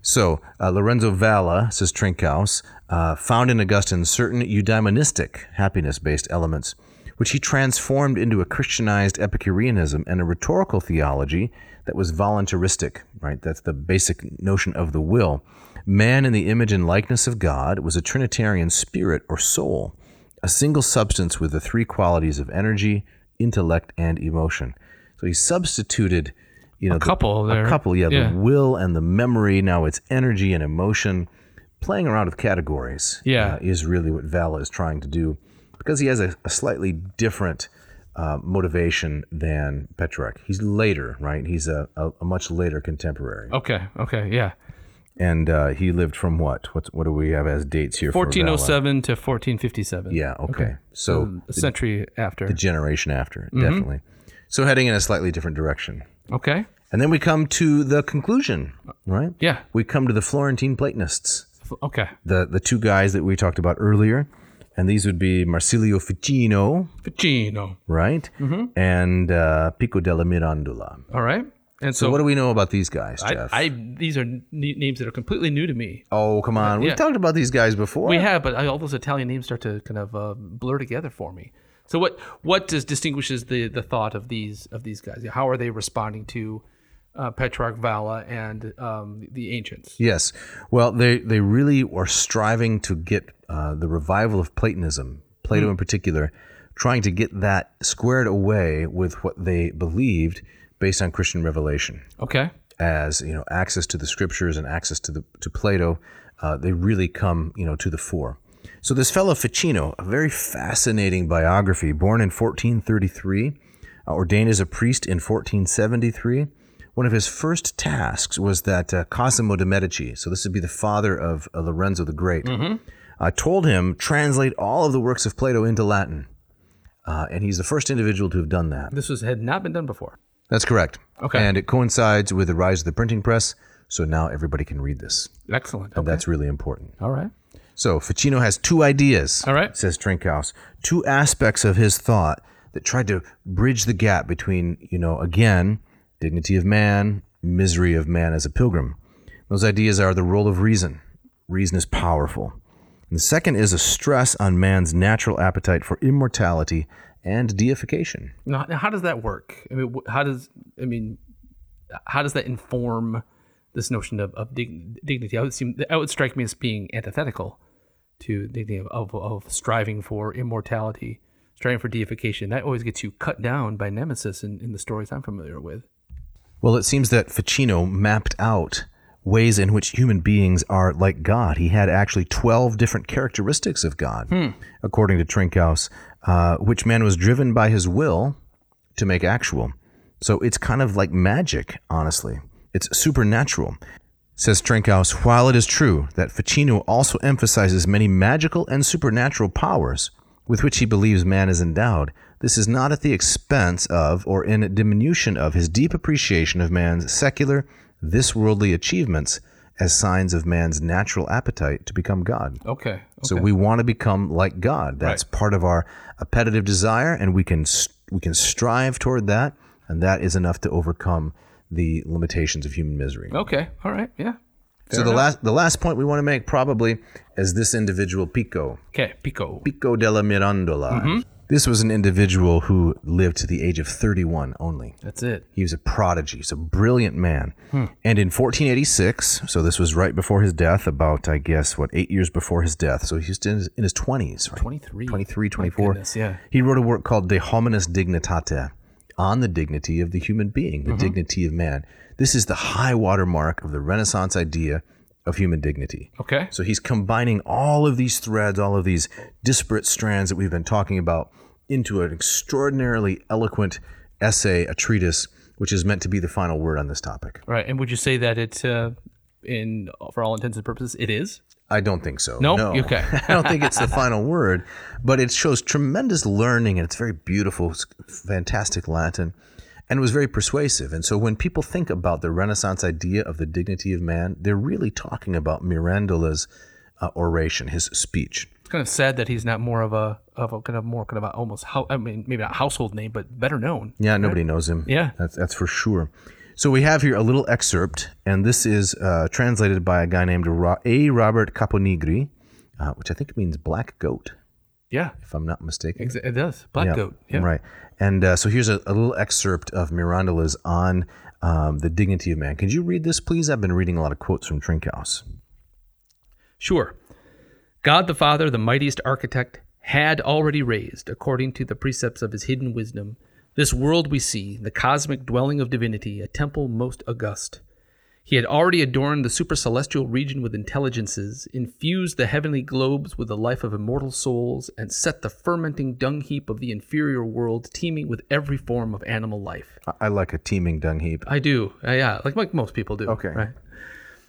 So uh, Lorenzo Valla says Trinkhaus uh, found in Augustine certain eudaimonistic happiness-based elements, which he transformed into a Christianized Epicureanism and a rhetorical theology that was voluntaristic. Right, that's the basic notion of the will. Man in the image and likeness of God was a Trinitarian spirit or soul, a single substance with the three qualities of energy, intellect, and emotion. So he substituted, you know, the- couple there. a couple, yeah, Yeah. the will and the memory. Now it's energy and emotion. Playing around with categories, Yeah. uh, is really what Vala is trying to do, because he has a, a slightly different uh, motivation than Petrarch. He's later, right? He's a, a, a much later contemporary, Okay. Okay. Yeah. and uh, he lived from what? What what do we have as dates here? for Valla? 1407 to 1457. Yeah. Okay. So Mm-hmm. A century after. the generation after, definitely. So heading in a slightly different direction. Okay. And then we come to the conclusion, right? Yeah. We come to the Florentine Platonists, Okay. the the two guys that we talked about earlier, and these would be Marsilio Ficino, Ficino. right, Mm-hmm. and uh, Pico della Mirandola. All right. And So so, what do we know about these guys, I, Jeff? I these are n- names that are completely new to me. oh, come on, yeah. we've talked about these guys before. We have, but I, all those Italian names start to kind of uh, blur together for me. So what what does distinguishes the the thought of these of these guys? How are they responding to uh, Petrarch, Valla, and um, the ancients? Yes. Well, they, they really are striving to get uh, the revival of Platonism, Plato in particular, trying to get that squared away with what they believed based on Christian revelation Okay, as you know access to the scriptures and access to the to Plato, uh, they really come you know to the fore. So this fellow Ficino, a very fascinating biography, born in 1433, uh, ordained as a priest in 1473. One of his first tasks was that uh, Cosimo de' Medici, so this would be the father of uh, Lorenzo the Great, uh, told him translate all of the works of Plato into Latin, uh, and he's the first individual to have done that. This was had not been done before. That's correct. Okay. and it coincides with the rise of the printing press, so now everybody can read this, Excellent. and that's really important. All right. So Ficino has two ideas. All right. says Trinkhaus, two aspects of his thought that tried to bridge the gap between, you know, again, dignity of man, misery of man as a pilgrim. Those ideas are the role of reason. Reason is powerful. And the second is a stress on man's natural appetite for immortality and deification. Now, now how does that work? I mean, wh- how does I mean, how does that inform this notion of, of dig- dignity? I would seem that would strike me as being antithetical to the idea of, of, of striving for immortality, striving for deification. That always gets you cut down by nemesis in, in the stories I'm familiar with. Well, it seems that Ficino mapped out ways in which human beings are like God. He had actually 12 different characteristics of God, according to Trinkhaus, uh, which man was driven by his will to make actual. So it's kind of like magic, honestly. It's supernatural. Says Trinkhaus, while it is true that Ficino also emphasizes many magical and supernatural powers with which he believes man is endowed, this is not at the expense of or in diminution of his deep appreciation of man's secular, this worldly achievements as signs of man's natural appetite to become God. Okay. okay. So we want to become like God. That's part of our appetitive desire, and we can s- we can strive toward that, and that is enough to overcome the limitations of human misery. okay. All right. Yeah. so the last the last point we want to make probably is this individual Pico Okay. Pico. Pico della Mirandola. This was an individual who lived to the age of 31 only. That's it. He was a prodigy. He's a brilliant man. And in 1486, so this was right before his death, about, I guess, what, eight years before his death. So he's in his, in his 20s, right? 23. 23, My 24. goodness, yeah. He wrote a work called De Hominis Dignitate, on the dignity of the human being, Mm-hmm. the dignity of man. This is the high water mark of the Renaissance idea of human dignity. Okay. So he's combining all of these threads, all of these disparate strands that we've been talking about into an extraordinarily eloquent essay, a treatise, which is meant to be the final word on this topic. Right. And would you say that it, uh, in for all intents and purposes, it is? I don't think so. No? No. Okay. I don't think it's the final word, but it shows tremendous learning and it's very beautiful, it's fantastic Latin, and it was very persuasive. And so when people think about the Renaissance idea of the dignity of man, they're really talking about Mirandola's uh, oration, his speech. It's kind of sad that he's not more of a of a kind of more kind of a almost how I mean maybe not household name but better known. Yeah, nobody knows him. Yeah. that's, that's for sure. So we have here a little excerpt, and this is uh, translated by a guy named Ro- A. Robert Caponigri, uh, which I think means black goat, Yeah, if I'm not mistaken. exa- it does. Black Yeah, goat. Yeah. Right. And uh, so here's a, a little excerpt of Mirandola's on um, the dignity of man. Could you read this, please? I've been reading a lot of quotes from Trinkhaus. Sure. God the Father, the mightiest architect, had already raised, according to the precepts of his hidden wisdom, this world we see, the cosmic dwelling of divinity, a temple most august. He had already adorned the supercelestial region with intelligences, infused the heavenly globes with the life of immortal souls, and set the fermenting dung heap of the inferior world teeming with every form of animal life. I, I like a teeming dung heap. I do. Uh, yeah, like like most people do. Okay. Right.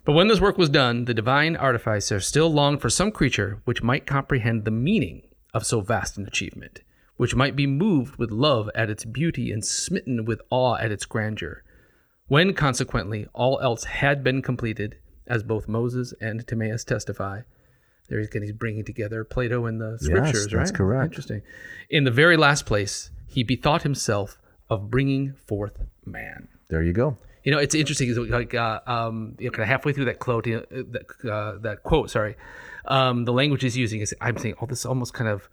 But when this work was done, the divine artificer still longed for some creature which might comprehend the meaning of so vast an achievement, which might be moved with love at its beauty and smitten with awe at its grandeur. When, consequently, all else had been completed, as both Moses and Timaeus testify, there he's getting he's bringing together Plato and the scriptures, right? that's correct. Interesting. In the very last place, he bethought himself of bringing forth man. There you go. You know, it's interesting. Is like uh, um, you know, kind of halfway through that quote, you know, uh, that, uh, that quote. Sorry, um, the language he's using is I'm saying, oh, this almost kind of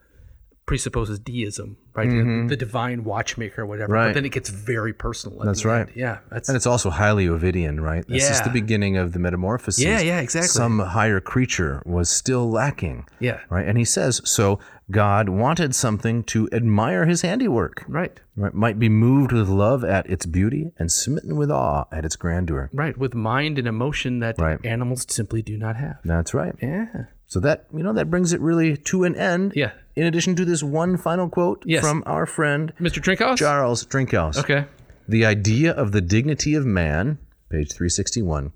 presupposes deism, right? You know, the divine watchmaker, or whatever. But Mm-hmm. Right. then it gets very personal. at That's the right. end. Yeah, that's And it's also highly Ovidian, right? This is Yeah. the beginning of the metamorphosis. Yeah, yeah, exactly. Some higher creature was still lacking. yeah, Right. And he says, so God wanted something to admire his handiwork, right, right? Might be moved with love at its beauty and smitten with awe at its grandeur. right. With mind and emotion that Right. animals simply do not have. That's right. Yeah, So that, you know, that brings it really to an end. yeah. In addition to this one final quote Yes. from our friend Mr. Trinkhouse. Charles Drinkhouse. Okay. The idea of the dignity of man, page 361,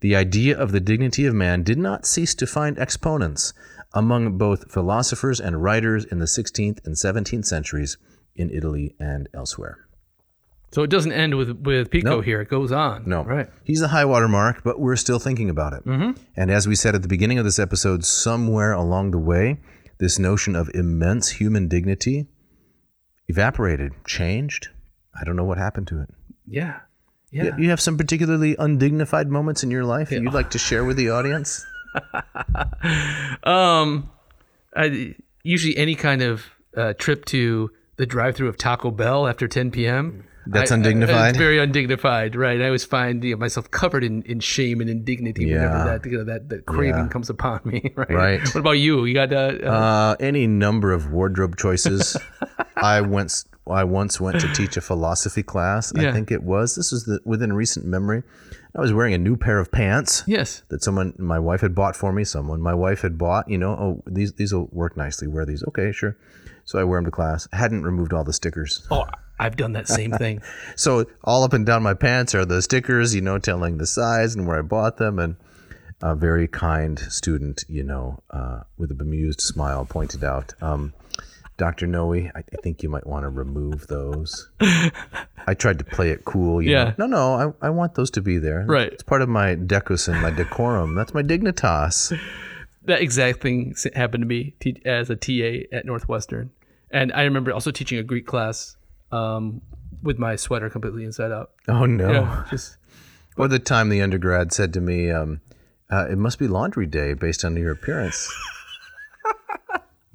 the idea of the dignity of man did not cease to find exponents among both philosophers and writers in the 16th and 17th centuries in Italy and elsewhere. So it doesn't end with with Pico No. here. It goes on. No. Right. Mm-hmm. He's the high water mark, but we're still thinking about it. And as we said at the beginning of this episode, somewhere along the way, this notion of immense human dignity evaporated, changed. I don't know what happened to it. Yeah. Y- Yeah. You have some particularly undignified moments in your life that you'd like to share with the audience? Um, I, usually any kind of uh, trip to the drive-through of Taco Bell after 10 p.m. That's I- I- undignified? it's very undignified, right? I always find you know, myself covered in, in shame and indignity Yeah. whenever that you know, that, that craving Yeah. comes upon me, right? Right. What about you? You got uh, uh, Uh, any number of wardrobe choices. I once I once went to teach a philosophy class. I Yeah. think it was. This was the, within recent memory. I was wearing a new pair of pants. yes. that someone my wife had bought for me. Someone my wife had bought. You know, oh these these will work nicely. Wear these, okay, sure. So I wear them to class. Hadn't removed all the stickers, Oh, I've done that same thing. so all up and down my pants are the stickers. You know, telling the size and where I bought them. And a very kind student, you know, uh, with a bemused smile, pointed out. Um, Dr. Noe, I I think you might want to remove those. I tried to play it cool. You Yeah. Know? No, no, I, I want those to be there. Right. It's part of my decus and my decorum. That's my dignitas. that exact thing s- happened to me te- as a TA at Northwestern, and I remember also teaching a Greek class um, with my sweater completely inside out. Oh no! Yeah, just Or the time the undergrad said to me, um, uh, "It must be laundry day based on your appearance."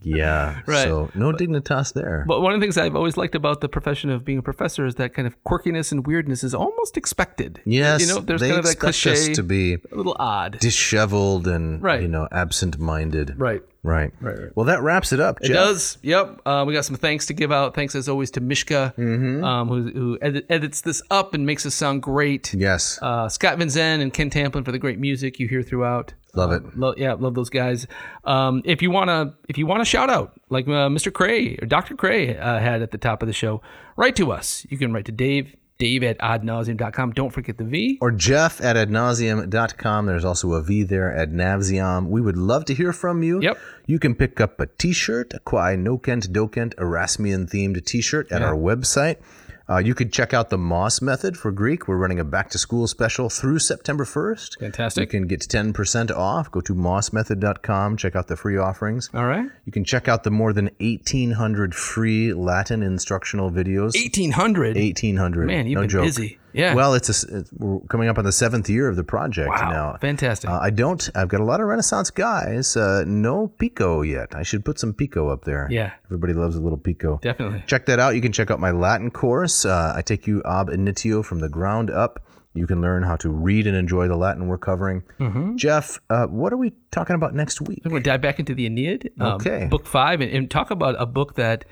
yeah. Right. So no dignitas there. But one of the things I've always liked about the profession of being a professor is that kind of quirkiness and weirdness is almost expected. yes, you know, there's they kind of that expect cliche, us to be a little odd. disheveled and Right. you know absent-minded. Right. Right. Right, right. Well, that wraps it up. It does. Yep. Uh, we got some thanks to give out. Thanks as always to Mishka, Mm-hmm. um, who, who edit, edits this up and makes us sound great. Yes. Uh, Scott Van Zen and Ken Tamplin for the great music you hear throughout. Love Uh, it. lo- yeah, love those guys. Um, if you wanna, if you want to shout out like uh, Mr. Cray or Dr. Cray uh, had at the top of the show, write to us. You can write to Dave, Dave at oddnauseum.com. Don't forget the V. or Jeff at adnauseum.com. There's also a V there at Navsium. We would love to hear from you. Yep. You can pick up a t shirt, a Kwai Nokent Dokent Erasmian themed t shirt at our website. Uh, you could check out the Moss Method for Greek. We're running a back to school special through September 1st. You Fantastic. can get 10% off. Go to mossmethod.com, check out the free offerings. All right. You can check out the more than 1,800 free Latin instructional videos. 1800. 1,800. Man, you've no been joke. busy. Yeah. Well, it's, a s it's we're coming up on the seventh year of the project wow. now. Fantastic. Uh, I don't. I've got a lot of Renaissance guys. Uh, no Pico yet. I should put some Pico up there. Yeah. Everybody loves a little Pico. Definitely. Check that out. You can check out my Latin course. Uh, I take you ab initio from the ground up. You can learn how to read and enjoy the Latin we're covering. Mm-hmm. Jeff, uh, what are we talking about next week? I'm going to dive back into the Aeneid, um, Okay. book five, and, and talk about a book that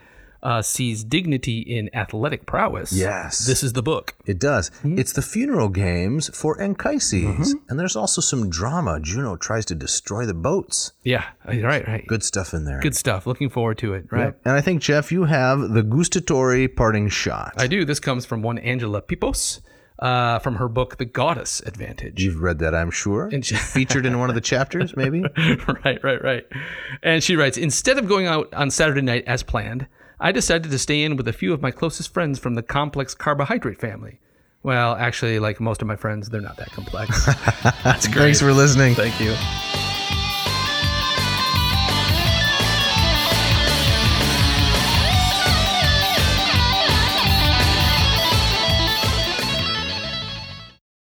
uh, sees dignity in athletic prowess. Yes. This is the book. It does. Hmm? It's the funeral games for Anchises. Mm-hmm. And there's also some drama. Juno tries to destroy the boats. Yeah. Right, right. Good stuff in there. Good stuff. Looking forward to it. Right. Yep. And I think, Jeff, you have the gustatory parting shot. I do. This comes from one Angela Pipos uh, from her book, The Goddess Advantage. You've read that, I'm sure. And she- Featured in one of the chapters, maybe? right, right, right. And she writes Instead of going out on Saturday night as planned, I decided to stay in with a few of my closest friends from the complex carbohydrate family. Well, actually, like most of my friends, they're not that complex. Thanks for listening. Thank you.